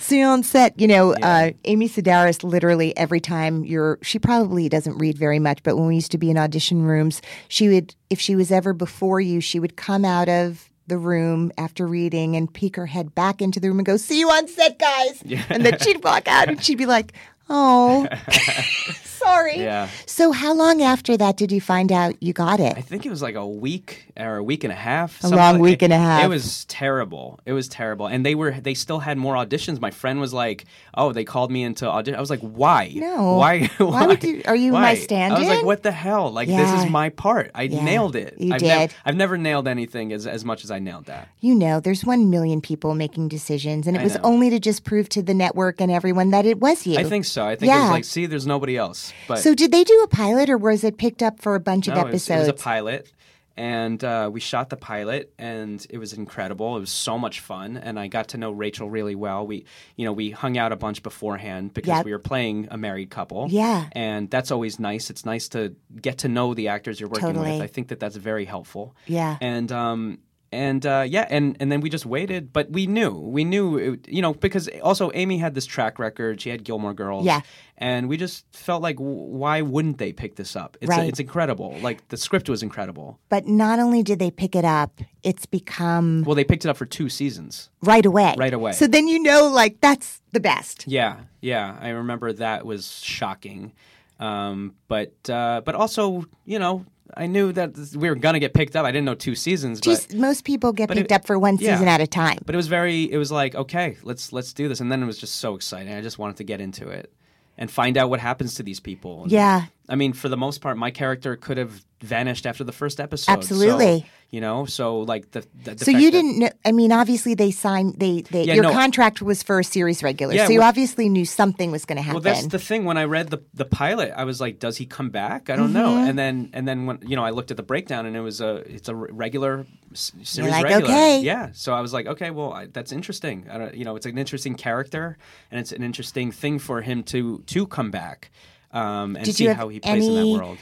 Speaker 11: so you're on set. You know, uh, Amy Sedaris literally every time you're, she probably doesn't read very much, but when we used to be in audition rooms, she would, if she was ever before you, she would come out of the room after reading and peek her head back into the room and go, see you on set, guys. And then she'd walk out and she'd be like, oh, sorry.
Speaker 6: Yeah.
Speaker 11: So how long after that did you find out you got it?
Speaker 6: I think it was like a week or a week and a half.
Speaker 11: A
Speaker 6: something
Speaker 11: long
Speaker 6: like-
Speaker 11: week and a half.
Speaker 6: It was terrible. It was terrible. And they were they still had more auditions. My friend was like, "Oh, they called me into audition." I was like, "Why?
Speaker 11: No.
Speaker 6: Why?
Speaker 11: Why would you- are you my
Speaker 6: Why?" I was
Speaker 11: stand-in?
Speaker 6: like, "What the hell? Like this
Speaker 11: Yeah.
Speaker 6: is my part. I nailed it.
Speaker 11: you
Speaker 6: I've nev-
Speaker 11: did.
Speaker 6: I've never nailed anything as as much as I nailed that.
Speaker 11: You know, there's one million people making decisions, and it was
Speaker 6: know.
Speaker 11: only to just prove to the network and everyone that it was you.
Speaker 6: I think so. I think it
Speaker 11: Yeah.
Speaker 6: was like, see, there's nobody else. But
Speaker 11: So, did they do a pilot, or was it picked up for a bunch of
Speaker 6: No, it was-
Speaker 11: episodes?
Speaker 6: It was a pilot, and uh, we shot the pilot, and it was incredible. It was so much fun, and I got to know Rachel really well. We, you know, we hung out a bunch beforehand because
Speaker 11: Yep.
Speaker 6: we were playing a married couple.
Speaker 11: Yeah.
Speaker 6: and that's always nice. It's nice to get to know the actors you're working
Speaker 11: Totally.
Speaker 6: with. I think that that's very helpful.
Speaker 11: Yeah.
Speaker 6: and um. And uh, yeah, and, and then we just waited, but we knew, we knew, it, you know, because also Amy had this track record. She had Gilmore Girls,
Speaker 11: Yeah.
Speaker 6: and we just felt like, w- why wouldn't they pick this up? It's
Speaker 11: Right.
Speaker 6: it's incredible. Like the script was incredible.
Speaker 11: but not only did they pick it up, it's become
Speaker 6: Well, they picked it up for two seasons.
Speaker 11: right away.
Speaker 6: Right away.
Speaker 11: So then you know, like that's the best.
Speaker 6: Yeah, yeah. I remember that was shocking, um, but uh, but also you know I knew that this- we were gonna get picked up. I didn't know two seasons, but
Speaker 11: Just most people get
Speaker 6: but it-
Speaker 11: picked up for one
Speaker 6: yeah.
Speaker 11: season at a time.
Speaker 6: but it was very. It was like okay, let's let's do this, and then it was just so exciting. I just wanted to get into it and find out what happens to these people. And,
Speaker 11: Yeah.
Speaker 6: I mean, for the most part, my character could have vanished after the first episode. So,
Speaker 11: Absolutely.
Speaker 6: you know, so like the. the, the
Speaker 11: So
Speaker 6: fact
Speaker 11: you
Speaker 6: that-
Speaker 11: didn't know. I mean, obviously they signed. They, they
Speaker 6: Yeah,
Speaker 11: your
Speaker 6: no.
Speaker 11: contract was for a series regular,
Speaker 6: Yeah,
Speaker 11: so you
Speaker 6: well-
Speaker 11: obviously knew something was going to happen.
Speaker 6: Well, that's the thing. When I read the the pilot, I was like, "Does he come back?" I don't know.
Speaker 11: Mm-hmm.
Speaker 6: And then and then when you know, I looked at the breakdown, and it was a it's a re- regular s- series
Speaker 11: like,
Speaker 6: regular.
Speaker 11: okay.
Speaker 6: Yeah. So I was like, okay, well, I, that's interesting. I don't, you know, it's an interesting character, and it's an interesting thing for him to to come back. Um, and
Speaker 11: Did
Speaker 6: see
Speaker 11: you have
Speaker 6: how he plays in that
Speaker 11: any-
Speaker 6: world.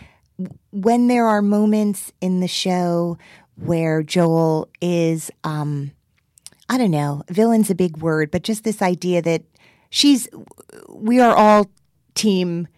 Speaker 11: when there are moments in the show where Joel is, um, I don't know, villain's a big word, but just this idea that she's, we are all team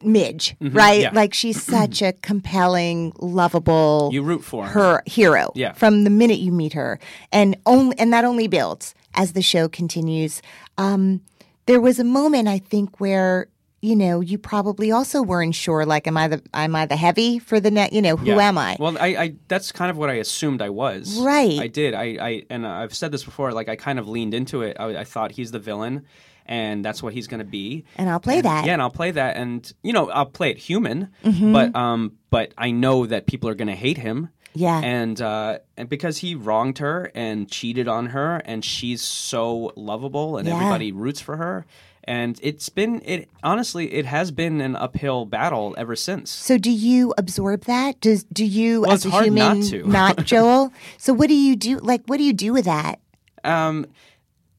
Speaker 11: Midge,
Speaker 6: Mm-hmm.
Speaker 11: right?
Speaker 6: yeah.
Speaker 11: Like she's such a compelling, lovable,
Speaker 6: You root for him.
Speaker 11: her hero
Speaker 6: Yeah.
Speaker 11: from the minute you meet her, and only and that only builds as the show continues. Um, there was a moment I think where you know you probably also weren't sure, like, am I the am I the heavy for the net? You know, who
Speaker 6: Yeah.
Speaker 11: am I?
Speaker 6: Well, I, I that's kind of what I assumed I was.
Speaker 11: Right.
Speaker 6: I did. I, I and I've said this before. Like I kind of leaned into it. I, I thought he's the villain, and that's what he's going to be.
Speaker 11: and I'll play that. Mm-hmm.
Speaker 6: Yeah, and I'll play that, and you know, I'll play it human, but um, but I know that people are gonna hate him.
Speaker 11: Yeah.
Speaker 6: and uh, and because he wronged her and cheated on her, and she's so lovable, and
Speaker 11: Yeah.
Speaker 6: everybody roots for her, and it's been it honestly, it has been an uphill battle ever since.
Speaker 11: So do you absorb that? Does do you
Speaker 6: Well,
Speaker 11: as
Speaker 6: it's
Speaker 11: a
Speaker 6: hard
Speaker 11: human
Speaker 6: not to.
Speaker 11: not Joel? So what do you do? Like, what do you do with that?
Speaker 6: Um,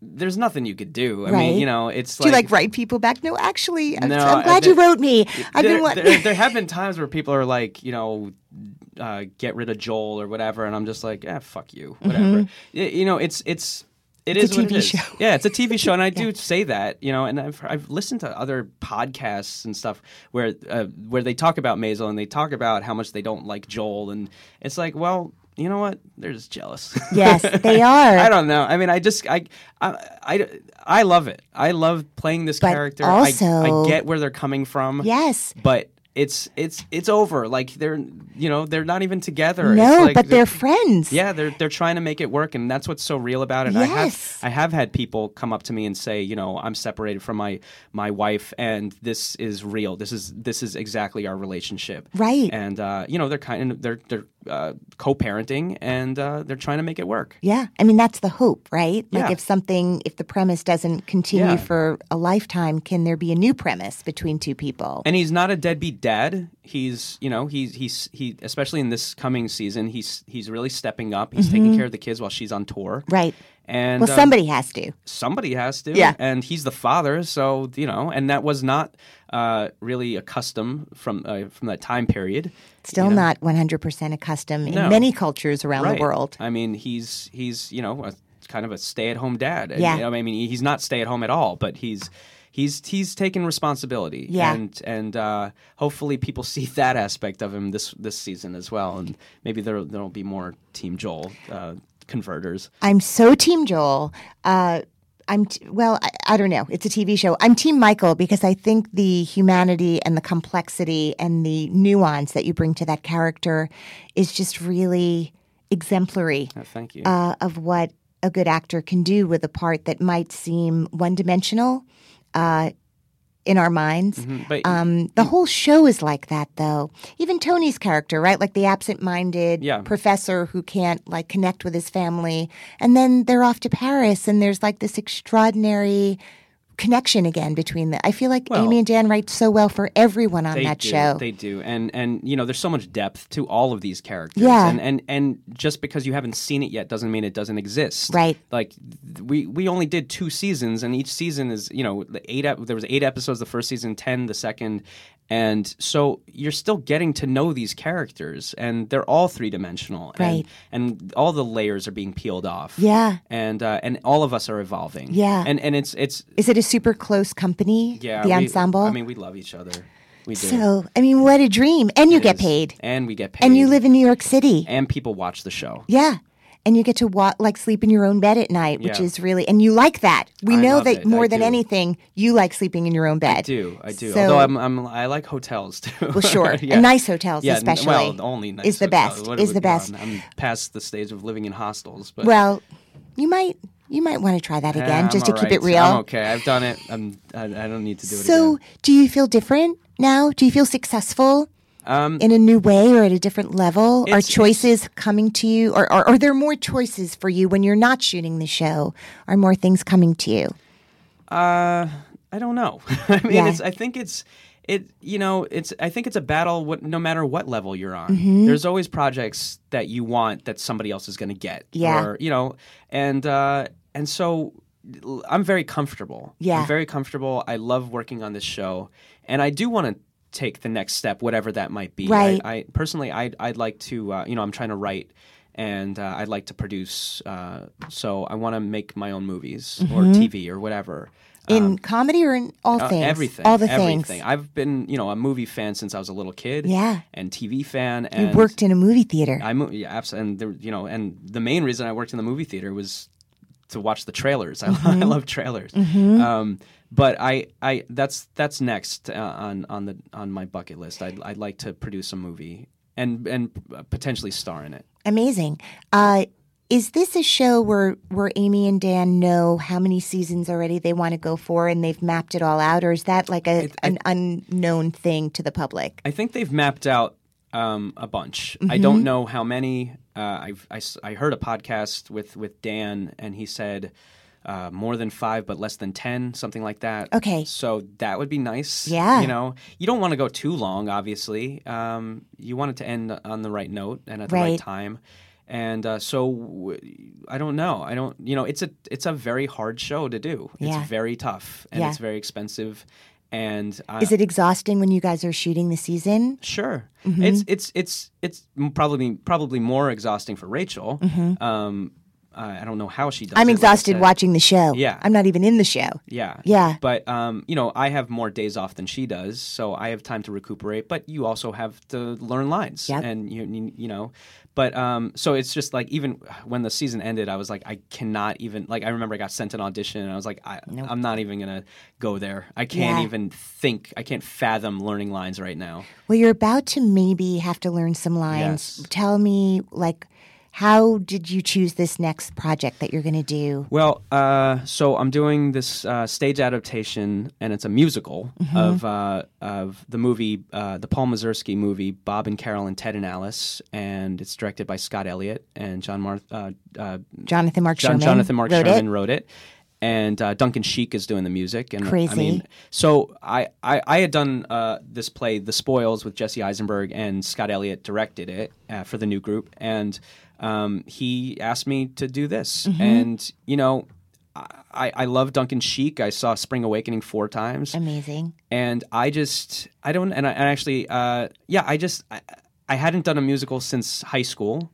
Speaker 6: there's nothing you could do. I
Speaker 11: Right.
Speaker 6: mean, you know, it's
Speaker 11: Do you like write people back? No, actually, I'm,
Speaker 6: No,
Speaker 11: I'm
Speaker 6: I-
Speaker 11: glad
Speaker 6: there-
Speaker 11: you wrote me. I've
Speaker 6: there,
Speaker 11: been wa-
Speaker 6: there, there have been times where people are like, you know, uh, get rid of Joel or whatever, and I'm just like, eh, fuck you, whatever. Y- you know, it's it's
Speaker 11: Mm-hmm. It's
Speaker 6: it's
Speaker 11: a
Speaker 6: what it
Speaker 11: TV
Speaker 6: is.
Speaker 11: show.
Speaker 6: Yeah, it's a TV show, and I do say that, you know, and I've I've listened to other podcasts and stuff where uh, where they talk about Maisel and they talk about how much they don't like Joel, and it's like, well, you know what? They're just jealous.
Speaker 11: yes, they are.
Speaker 6: I don't know. I mean, I just I I I, I love it. I love playing this
Speaker 11: But
Speaker 6: character. I,
Speaker 11: also-
Speaker 6: I get where they're coming from.
Speaker 11: Yes.
Speaker 6: but it's it's it's over. Like they're you know they're not even together.
Speaker 11: No,
Speaker 6: It's like
Speaker 11: but they're friends.
Speaker 6: yeah, they're they're trying to make it work, and that's what's so real about it. I
Speaker 11: Yes.
Speaker 6: have I have had people come up to me and say, you know, I'm separated from my my wife, and this is real. This is this is exactly our relationship,
Speaker 11: Right.
Speaker 6: And uh, you know, they're kind of they're they're uh, co-parenting, and uh, they're trying to make it work.
Speaker 11: Yeah. I mean, that's the hope, right? Like,
Speaker 6: Yeah.
Speaker 11: if something, if the premise doesn't continue
Speaker 6: Yeah.
Speaker 11: for a lifetime, can there be a new premise between two people?
Speaker 6: And he's not a deadbeat dad. He's you know he's he's he especially in this coming season he's he's really stepping up. He's taking care of the kids while she's on tour.
Speaker 11: Mm-hmm. right.
Speaker 6: And
Speaker 11: Well,
Speaker 6: um,
Speaker 11: somebody has to.
Speaker 6: somebody has to.
Speaker 11: Yeah.
Speaker 6: And he's the father, so you know. And that was not uh, really a custom from uh, from that time period.
Speaker 11: Still not 100% accustomed in
Speaker 6: No.
Speaker 11: many cultures around
Speaker 6: Right. Uh,
Speaker 11: the world.
Speaker 6: I mean, he's he's you know a, kind of a stay at home dad. And,
Speaker 11: Yeah.
Speaker 6: you know, I mean, he's not stay at home at all, but he's. He's he's taking responsibility,
Speaker 11: Yeah.
Speaker 6: and and uh, hopefully people see that aspect of him this this season as well, and maybe there there'll be more Team Joel uh, converters.
Speaker 11: I'm so Team Joel. Uh, I'm t- well. I, I don't know. It's a TV show. I'm Team Michael because I think the humanity and the complexity and the nuance that you bring to that character is just really exemplary
Speaker 6: Oh, thank you.
Speaker 11: uh, of what a good actor can do with a part that might seem one-dimensional uh, in our minds.
Speaker 6: but
Speaker 11: Um,
Speaker 6: Mm.
Speaker 11: the whole show is like that, though. Even Tony's character, right? Like the absent-minded
Speaker 6: Yeah.
Speaker 11: professor who can't like connect with his family, and then they're off to Paris, and there's like this extraordinary connection again between the. I feel like
Speaker 6: Well,
Speaker 11: Amy and Dan write so well for everyone on
Speaker 6: they
Speaker 11: that
Speaker 6: do,
Speaker 11: show.
Speaker 6: They do, and and you know, there's so much depth to all of these characters.
Speaker 11: Yeah.
Speaker 6: and and and just because you haven't seen it yet doesn't mean it doesn't exist.
Speaker 11: Right.
Speaker 6: Like th- we we only did two seasons, and each season is you know the eight ep- there was eight episodes the first season, ten the second, and so you're still getting to know these characters, and they're all three dimensional.
Speaker 11: Right.
Speaker 6: And, and all the layers are being peeled off.
Speaker 11: Yeah.
Speaker 6: And uh, and all of us are evolving.
Speaker 11: Yeah.
Speaker 6: And and it's it's
Speaker 11: is it a super close company?
Speaker 6: yeah
Speaker 11: the
Speaker 6: we-
Speaker 11: ensemble.
Speaker 6: I mean, we love each other. We do.
Speaker 11: so I mean, what a dream! And you get
Speaker 6: is.
Speaker 11: paid,
Speaker 6: And we get paid.
Speaker 11: and you live in New York City.
Speaker 6: And people watch the show.
Speaker 11: yeah. and you get to wa- like sleep in your own bed at night, which
Speaker 6: Yeah.
Speaker 11: is really and you like that. We
Speaker 6: I
Speaker 11: know
Speaker 6: love
Speaker 11: that
Speaker 6: it.
Speaker 11: more
Speaker 6: I
Speaker 11: than
Speaker 6: do.
Speaker 11: anything, you like sleeping in your own bed.
Speaker 6: I do. I do.
Speaker 11: So-
Speaker 6: Although I'm, I'm, I like hotels too.
Speaker 11: Well, sure.
Speaker 6: Yeah.
Speaker 11: Nice hotels
Speaker 6: yeah, n-
Speaker 11: especially
Speaker 6: Well, only nice
Speaker 11: is the
Speaker 6: hotels.
Speaker 11: best.
Speaker 6: What
Speaker 11: Is
Speaker 6: would-
Speaker 11: the
Speaker 6: yeah,
Speaker 11: best.
Speaker 6: I'm, I'm past the stage of living in hostels, but
Speaker 11: Well, you might you might want to try that
Speaker 6: eh,
Speaker 11: again
Speaker 6: I'm
Speaker 11: just to
Speaker 6: all
Speaker 11: keep it
Speaker 6: right.
Speaker 11: real.
Speaker 6: I'm okay. I've done it. I'm. I, I don't need to do it
Speaker 11: So,
Speaker 6: again.
Speaker 11: do you feel different now? Do you feel successful
Speaker 6: Um,
Speaker 11: in a new way or at a different level? Are
Speaker 6: It's- it's-
Speaker 11: choices coming to you, or, or are there more choices for you when you're not shooting the show? Are more things coming to you?
Speaker 6: Uh, I don't know. I mean,
Speaker 11: Yeah.
Speaker 6: it's. I think it's. It. You know, it's. I think it's a battle. What, no matter what level you're on,
Speaker 11: Mm-hmm.
Speaker 6: there's always projects that you want that somebody else is going to get.
Speaker 11: Yeah.
Speaker 6: Or, you know, and uh, and so l- I'm very comfortable.
Speaker 11: Yeah.
Speaker 6: I'm very comfortable. I love working on this show, and I do want to take the next step, whatever that might be.
Speaker 11: Right.
Speaker 6: I, I personally, I'd, I'd like to. Uh, you know, I'm trying to write. And uh, I'd like to produce, uh, so I want to make my own movies or TV or whatever.
Speaker 11: Mm-hmm. In comedy or in all
Speaker 6: Um, Uh,
Speaker 11: things?
Speaker 6: Everything.
Speaker 11: All the
Speaker 6: everything.
Speaker 11: things.
Speaker 6: I've been, you know, a movie fan since I was a little kid.
Speaker 11: Yeah.
Speaker 6: And TV fan.
Speaker 11: You
Speaker 6: And
Speaker 11: worked in a movie theater.
Speaker 6: I mo- yeah, absolutely. And there, you know, and the main reason I worked in the movie theater was to watch the trailers. I,
Speaker 11: Mm-hmm.
Speaker 6: I love trailers. Um, but I, I, that's that's next uh, on on the on my bucket list. I'd I'd like to produce a movie and and uh, potentially star in it.
Speaker 11: Amazing. Uh, is this a show where where Amy and Dan know how many seasons already they want to go for, and they've mapped it all out, or is that like a an unknown thing to the public?
Speaker 6: I think they've mapped out um, a bunch. I
Speaker 11: Mm-hmm.
Speaker 6: don't know how many. Uh, I've, I, s- I heard a podcast with, with Dan, and he said uh, more than five, but less than 10, something like that.
Speaker 11: Okay.
Speaker 6: So that would be nice.
Speaker 11: Yeah.
Speaker 6: You know, you don't want to go too long, obviously. Um, you want it to end on the right note and at the right,
Speaker 11: Right.
Speaker 6: time. And uh, so w- I don't know. I don't, you know, it's a it's a very hard show to do.
Speaker 11: Yeah.
Speaker 6: It's very tough and
Speaker 11: Yeah.
Speaker 6: it's very expensive. And I,
Speaker 11: Is it exhausting when you guys are shooting the season?
Speaker 6: Sure,
Speaker 11: Mm-hmm.
Speaker 6: it's it's it's it's m- probably probably more exhausting for Rachel. Um, I I don't know how she does.
Speaker 11: Mm-hmm. I'm
Speaker 6: it, like I
Speaker 11: exhausted
Speaker 6: said.
Speaker 11: watching the show.
Speaker 6: Yeah.
Speaker 11: I'm not even in the show.
Speaker 6: Yeah,
Speaker 11: Yeah.
Speaker 6: But um, you know, I have more days off than she does, so I have time to recuperate. But you also have to learn lines,
Speaker 11: Yep.
Speaker 6: and you, you you know, but um, so it's just like even when the season ended, I was like, I cannot even like. I remember I got sent an audition, and I was like, I, I'm not even gonna go there. I can't
Speaker 11: Yeah.
Speaker 6: even think. I can't fathom learning lines right now.
Speaker 11: Well, you're about to maybe have to learn some lines.
Speaker 6: Yes.
Speaker 11: Tell me, like, how did you choose this next project that you're going to do?
Speaker 6: Well, uh, so I'm doing this uh, stage adaptation, and it's a musical of uh, of the movie, uh, the Paul Mazursky movie, Bob and Carol and Ted and Alice, and it's directed by Scott Elliott and John Marth. Uh, uh,
Speaker 11: Jonathan Mark
Speaker 6: John,
Speaker 11: Sherman.
Speaker 6: Jonathan Mark
Speaker 11: wrote
Speaker 6: Sherman
Speaker 11: It.
Speaker 6: wrote it, and uh, Duncan Sheik is doing the music. And I
Speaker 11: Crazy.
Speaker 6: mean, so I I, I had done uh, this play, The Spoils, with Jesse Eisenberg and Scott Elliott directed it uh, for the new group, and um, he asked me to do this,
Speaker 11: Mm-hmm.
Speaker 6: and you know. I, I love Duncan Sheik. I saw Spring Awakening four times
Speaker 11: Amazing.
Speaker 6: and I just I don't and I and actually uh, yeah I just I, I hadn't done a musical since high school,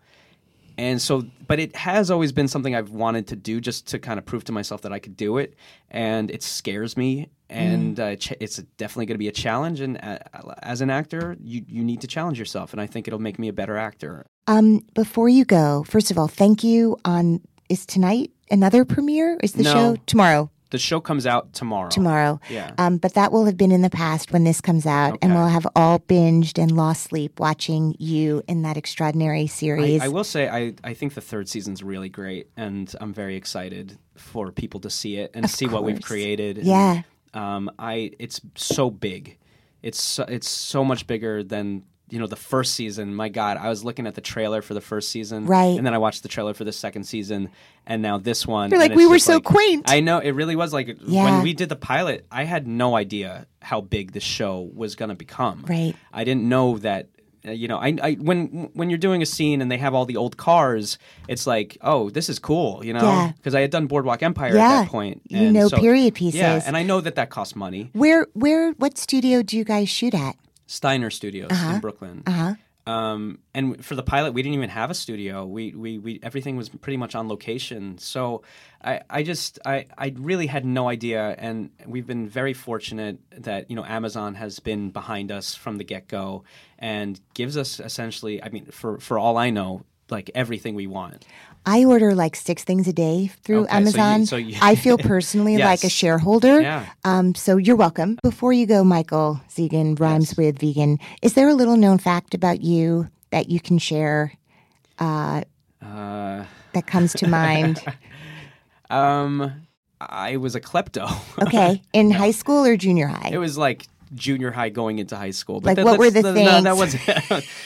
Speaker 6: and so but it has always been something I've wanted to do just to kind of prove to myself that I could do it, and it scares me, and uh, ch- it's definitely going to be a challenge. And uh, as an actor, you you need to challenge yourself, and I think it'll make me a better actor.
Speaker 11: Um, before you go, first of all, thank you. On is tonight another premiere? Is the
Speaker 6: No.
Speaker 11: show tomorrow?
Speaker 6: The show comes out tomorrow.
Speaker 11: Tomorrow.
Speaker 6: Yeah.
Speaker 11: Um, but that will have been in the past when this comes out, and
Speaker 6: Okay.
Speaker 11: we'll have all binged and lost sleep watching you in that extraordinary
Speaker 6: I,
Speaker 11: series.
Speaker 6: I will say I, I think the third season's really great and I'm very excited for people to see it and see what we've
Speaker 11: course.
Speaker 6: created. and,
Speaker 11: Yeah.
Speaker 6: um I it's so big. It's so, it's so much bigger than you know the first season. My god, I was looking at the trailer for the first season
Speaker 11: Right.
Speaker 6: and then I watched the trailer for the second season and now this one.
Speaker 11: You're
Speaker 6: and
Speaker 11: like,
Speaker 6: it's
Speaker 11: "We were
Speaker 6: just
Speaker 11: so
Speaker 6: like-
Speaker 11: quaint."
Speaker 6: I know it really was like
Speaker 11: Yeah.
Speaker 6: when we did the pilot, I had no idea how big the show was going to become.
Speaker 11: Right.
Speaker 6: I didn't know that. uh, You know, I, I when when you're doing a scene and they have all the old cars, it's like, oh, this is cool, you know,
Speaker 11: Yeah.
Speaker 6: because I had done Boardwalk Empire
Speaker 11: Yeah.
Speaker 6: at that point.
Speaker 11: You know period
Speaker 6: Yeah,
Speaker 11: pieces.
Speaker 6: and I know that that costs money.
Speaker 11: where, where, what studio do you guys shoot at?
Speaker 6: Steiner Studios
Speaker 1: Uh-huh.
Speaker 6: in Brooklyn. Um, and for the pilot, we didn't even have a studio. We, we, we everything was pretty much on location. So I, I just I, I really had no idea. And we've been very fortunate that you know Amazon has been behind us from the get go and gives us essentially. I mean, for for all I know, like everything we want.
Speaker 1: I order like six things a day through
Speaker 6: Okay, so you-
Speaker 1: Amazon.
Speaker 6: so you-
Speaker 1: I feel personally
Speaker 6: Yes.
Speaker 1: like a shareholder.
Speaker 6: Yeah.
Speaker 1: Um, so you're welcome. Before you go, Michael Zegan rhymes with vegan. Is there a little known fact about you that you can share
Speaker 6: Uh,
Speaker 1: that comes to mind?
Speaker 6: um, I was a klepto.
Speaker 1: Okay, in high school or junior high?
Speaker 6: it was like junior high going into high school.
Speaker 1: Like,
Speaker 6: that-
Speaker 1: what were
Speaker 6: that's-
Speaker 1: the
Speaker 6: No, that
Speaker 1: things?
Speaker 6: wasn't.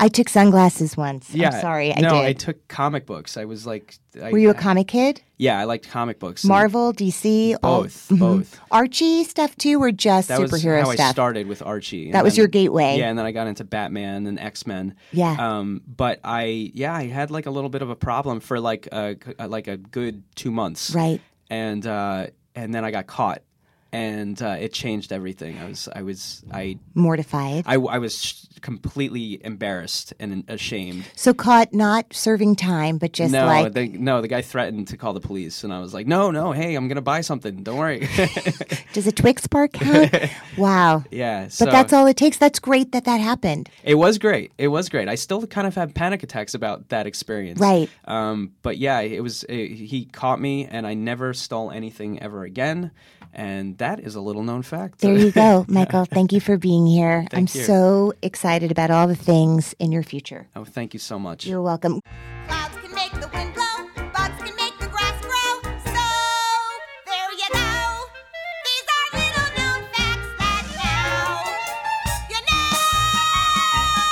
Speaker 1: I took sunglasses once.
Speaker 6: yeah.
Speaker 1: I'm sorry, I
Speaker 6: no,
Speaker 1: did.
Speaker 6: I took comic books. I was like, I, uh,
Speaker 1: Were you a comic kid?
Speaker 6: Yeah, I liked comic books. and
Speaker 1: Marvel, DC, all- mm-hmm.
Speaker 6: Both, both.
Speaker 1: Archie stuff too, or just
Speaker 6: That
Speaker 1: superhero
Speaker 6: was how I
Speaker 1: stuff?
Speaker 6: started with Archie. and
Speaker 1: That was
Speaker 6: then-
Speaker 1: your gateway.
Speaker 6: Yeah, and then I got into Batman and X Men.
Speaker 1: Yeah.
Speaker 6: Um, but I, yeah, I had like a little bit of a problem for like a like a good two months.
Speaker 1: Right.
Speaker 6: And uh, and then I got caught, and uh, it changed everything. I was I was I
Speaker 1: Mortified.
Speaker 6: I, I was sh- completely embarrassed and ashamed.
Speaker 1: so caught not serving time, but just
Speaker 6: no,
Speaker 1: like
Speaker 6: the, no, the guy threatened to call the police, and I was like, no, no, hey, I'm gonna buy something. Don't worry.
Speaker 1: Does a Twix bar count? wow.
Speaker 6: yeah.
Speaker 1: But that's all it takes. That's great that that happened.
Speaker 6: It was great. It was great. I still kind of have panic attacks about that experience.
Speaker 1: Right.
Speaker 6: Um, but yeah, it was. It, he caught me, and I never stole anything ever again. And that is a little known fact.
Speaker 1: There you go, Michael. Thank you for being here. I'm
Speaker 6: you.
Speaker 1: so excited about all the things in your future.
Speaker 6: oh, thank you so much.
Speaker 1: You're welcome.
Speaker 2: Clouds can make the wind blow, bugs can make the grass grow. So there you go. These are little known facts that now you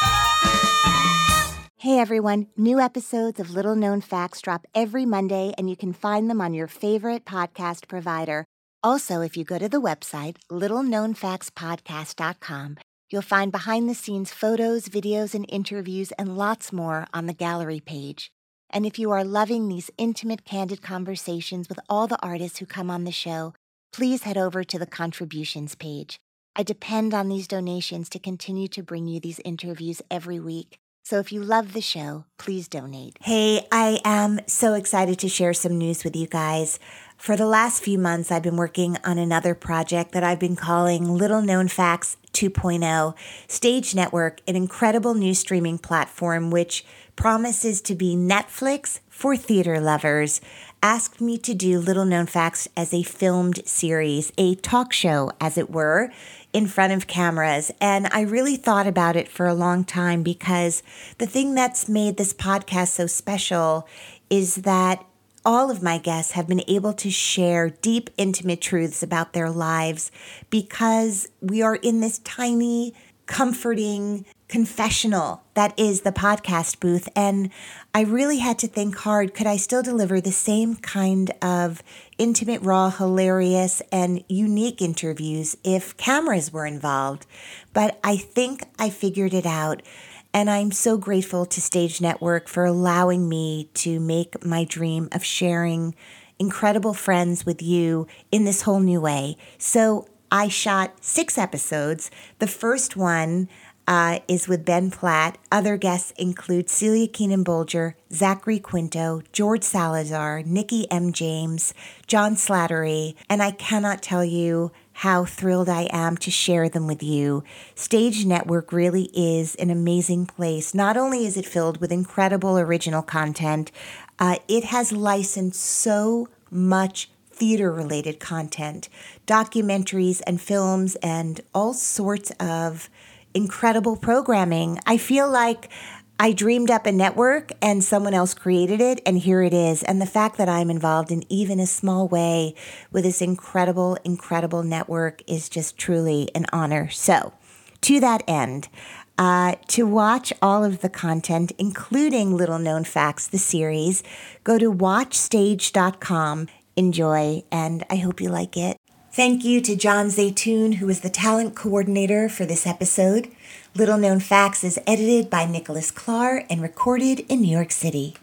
Speaker 2: know.
Speaker 11: Hey everyone, new episodes of Little Known Facts drop every Monday, and you can find them on your favorite podcast provider. Also, if you go to the website, littleknownfactspodcast.com, you'll find behind the scenes photos, videos, and interviews, and lots more on the gallery page. And if you are loving these intimate, candid conversations with all the artists who come on the show, please head over to the contributions page. I depend on these donations to continue to bring you these interviews every week. So if you love the show, please donate. Hey, I am so excited to share some news with you guys. For the last few months, I've been working on another project that I've been calling Little Known Facts 2.0 Stage Network, an incredible new streaming platform which promises to be Netflix for theater lovers. Asked me to do Little Known Facts as a filmed series, a talk show, as it were, in front of cameras. And I really thought about it for a long time because the thing that's made this podcast so special is that all of my guests have been able to share deep, intimate truths about their lives because we are in this tiny, comforting confessional that is the podcast booth. And I really had to think hard could I still deliver the same kind of intimate, raw, hilarious, and unique interviews if cameras were involved? But I think I figured it out. And I'm so grateful to Stage Network for allowing me to make my dream of sharing incredible friends with you in this whole new way. So I shot six episodes. The first one uh, is with Ben Platt. Other guests include Celia Keenan Bolger, Zachary Quinto, George Salazar, Nikki M. James, John Slattery, and I cannot tell you how thrilled I am to share them with you. Stage Network really is an amazing place. Not only is it filled with incredible original content, uh, it has licensed so much theater related content, documentaries and films, and all sorts of incredible programming. I feel like I dreamed up a network and someone else created it, and here it is. And the fact that I'm involved in even a small way with this incredible, incredible network is just truly an honor. So, to that end, uh, to watch all of the content, including Little Known Facts, the series, go to watchstage.com. Enjoy, and I hope you like it. Thank you to John Zaytoon, who is the talent coordinator for this episode. Little Known Facts is edited by Nicholas Klar and recorded in New York City.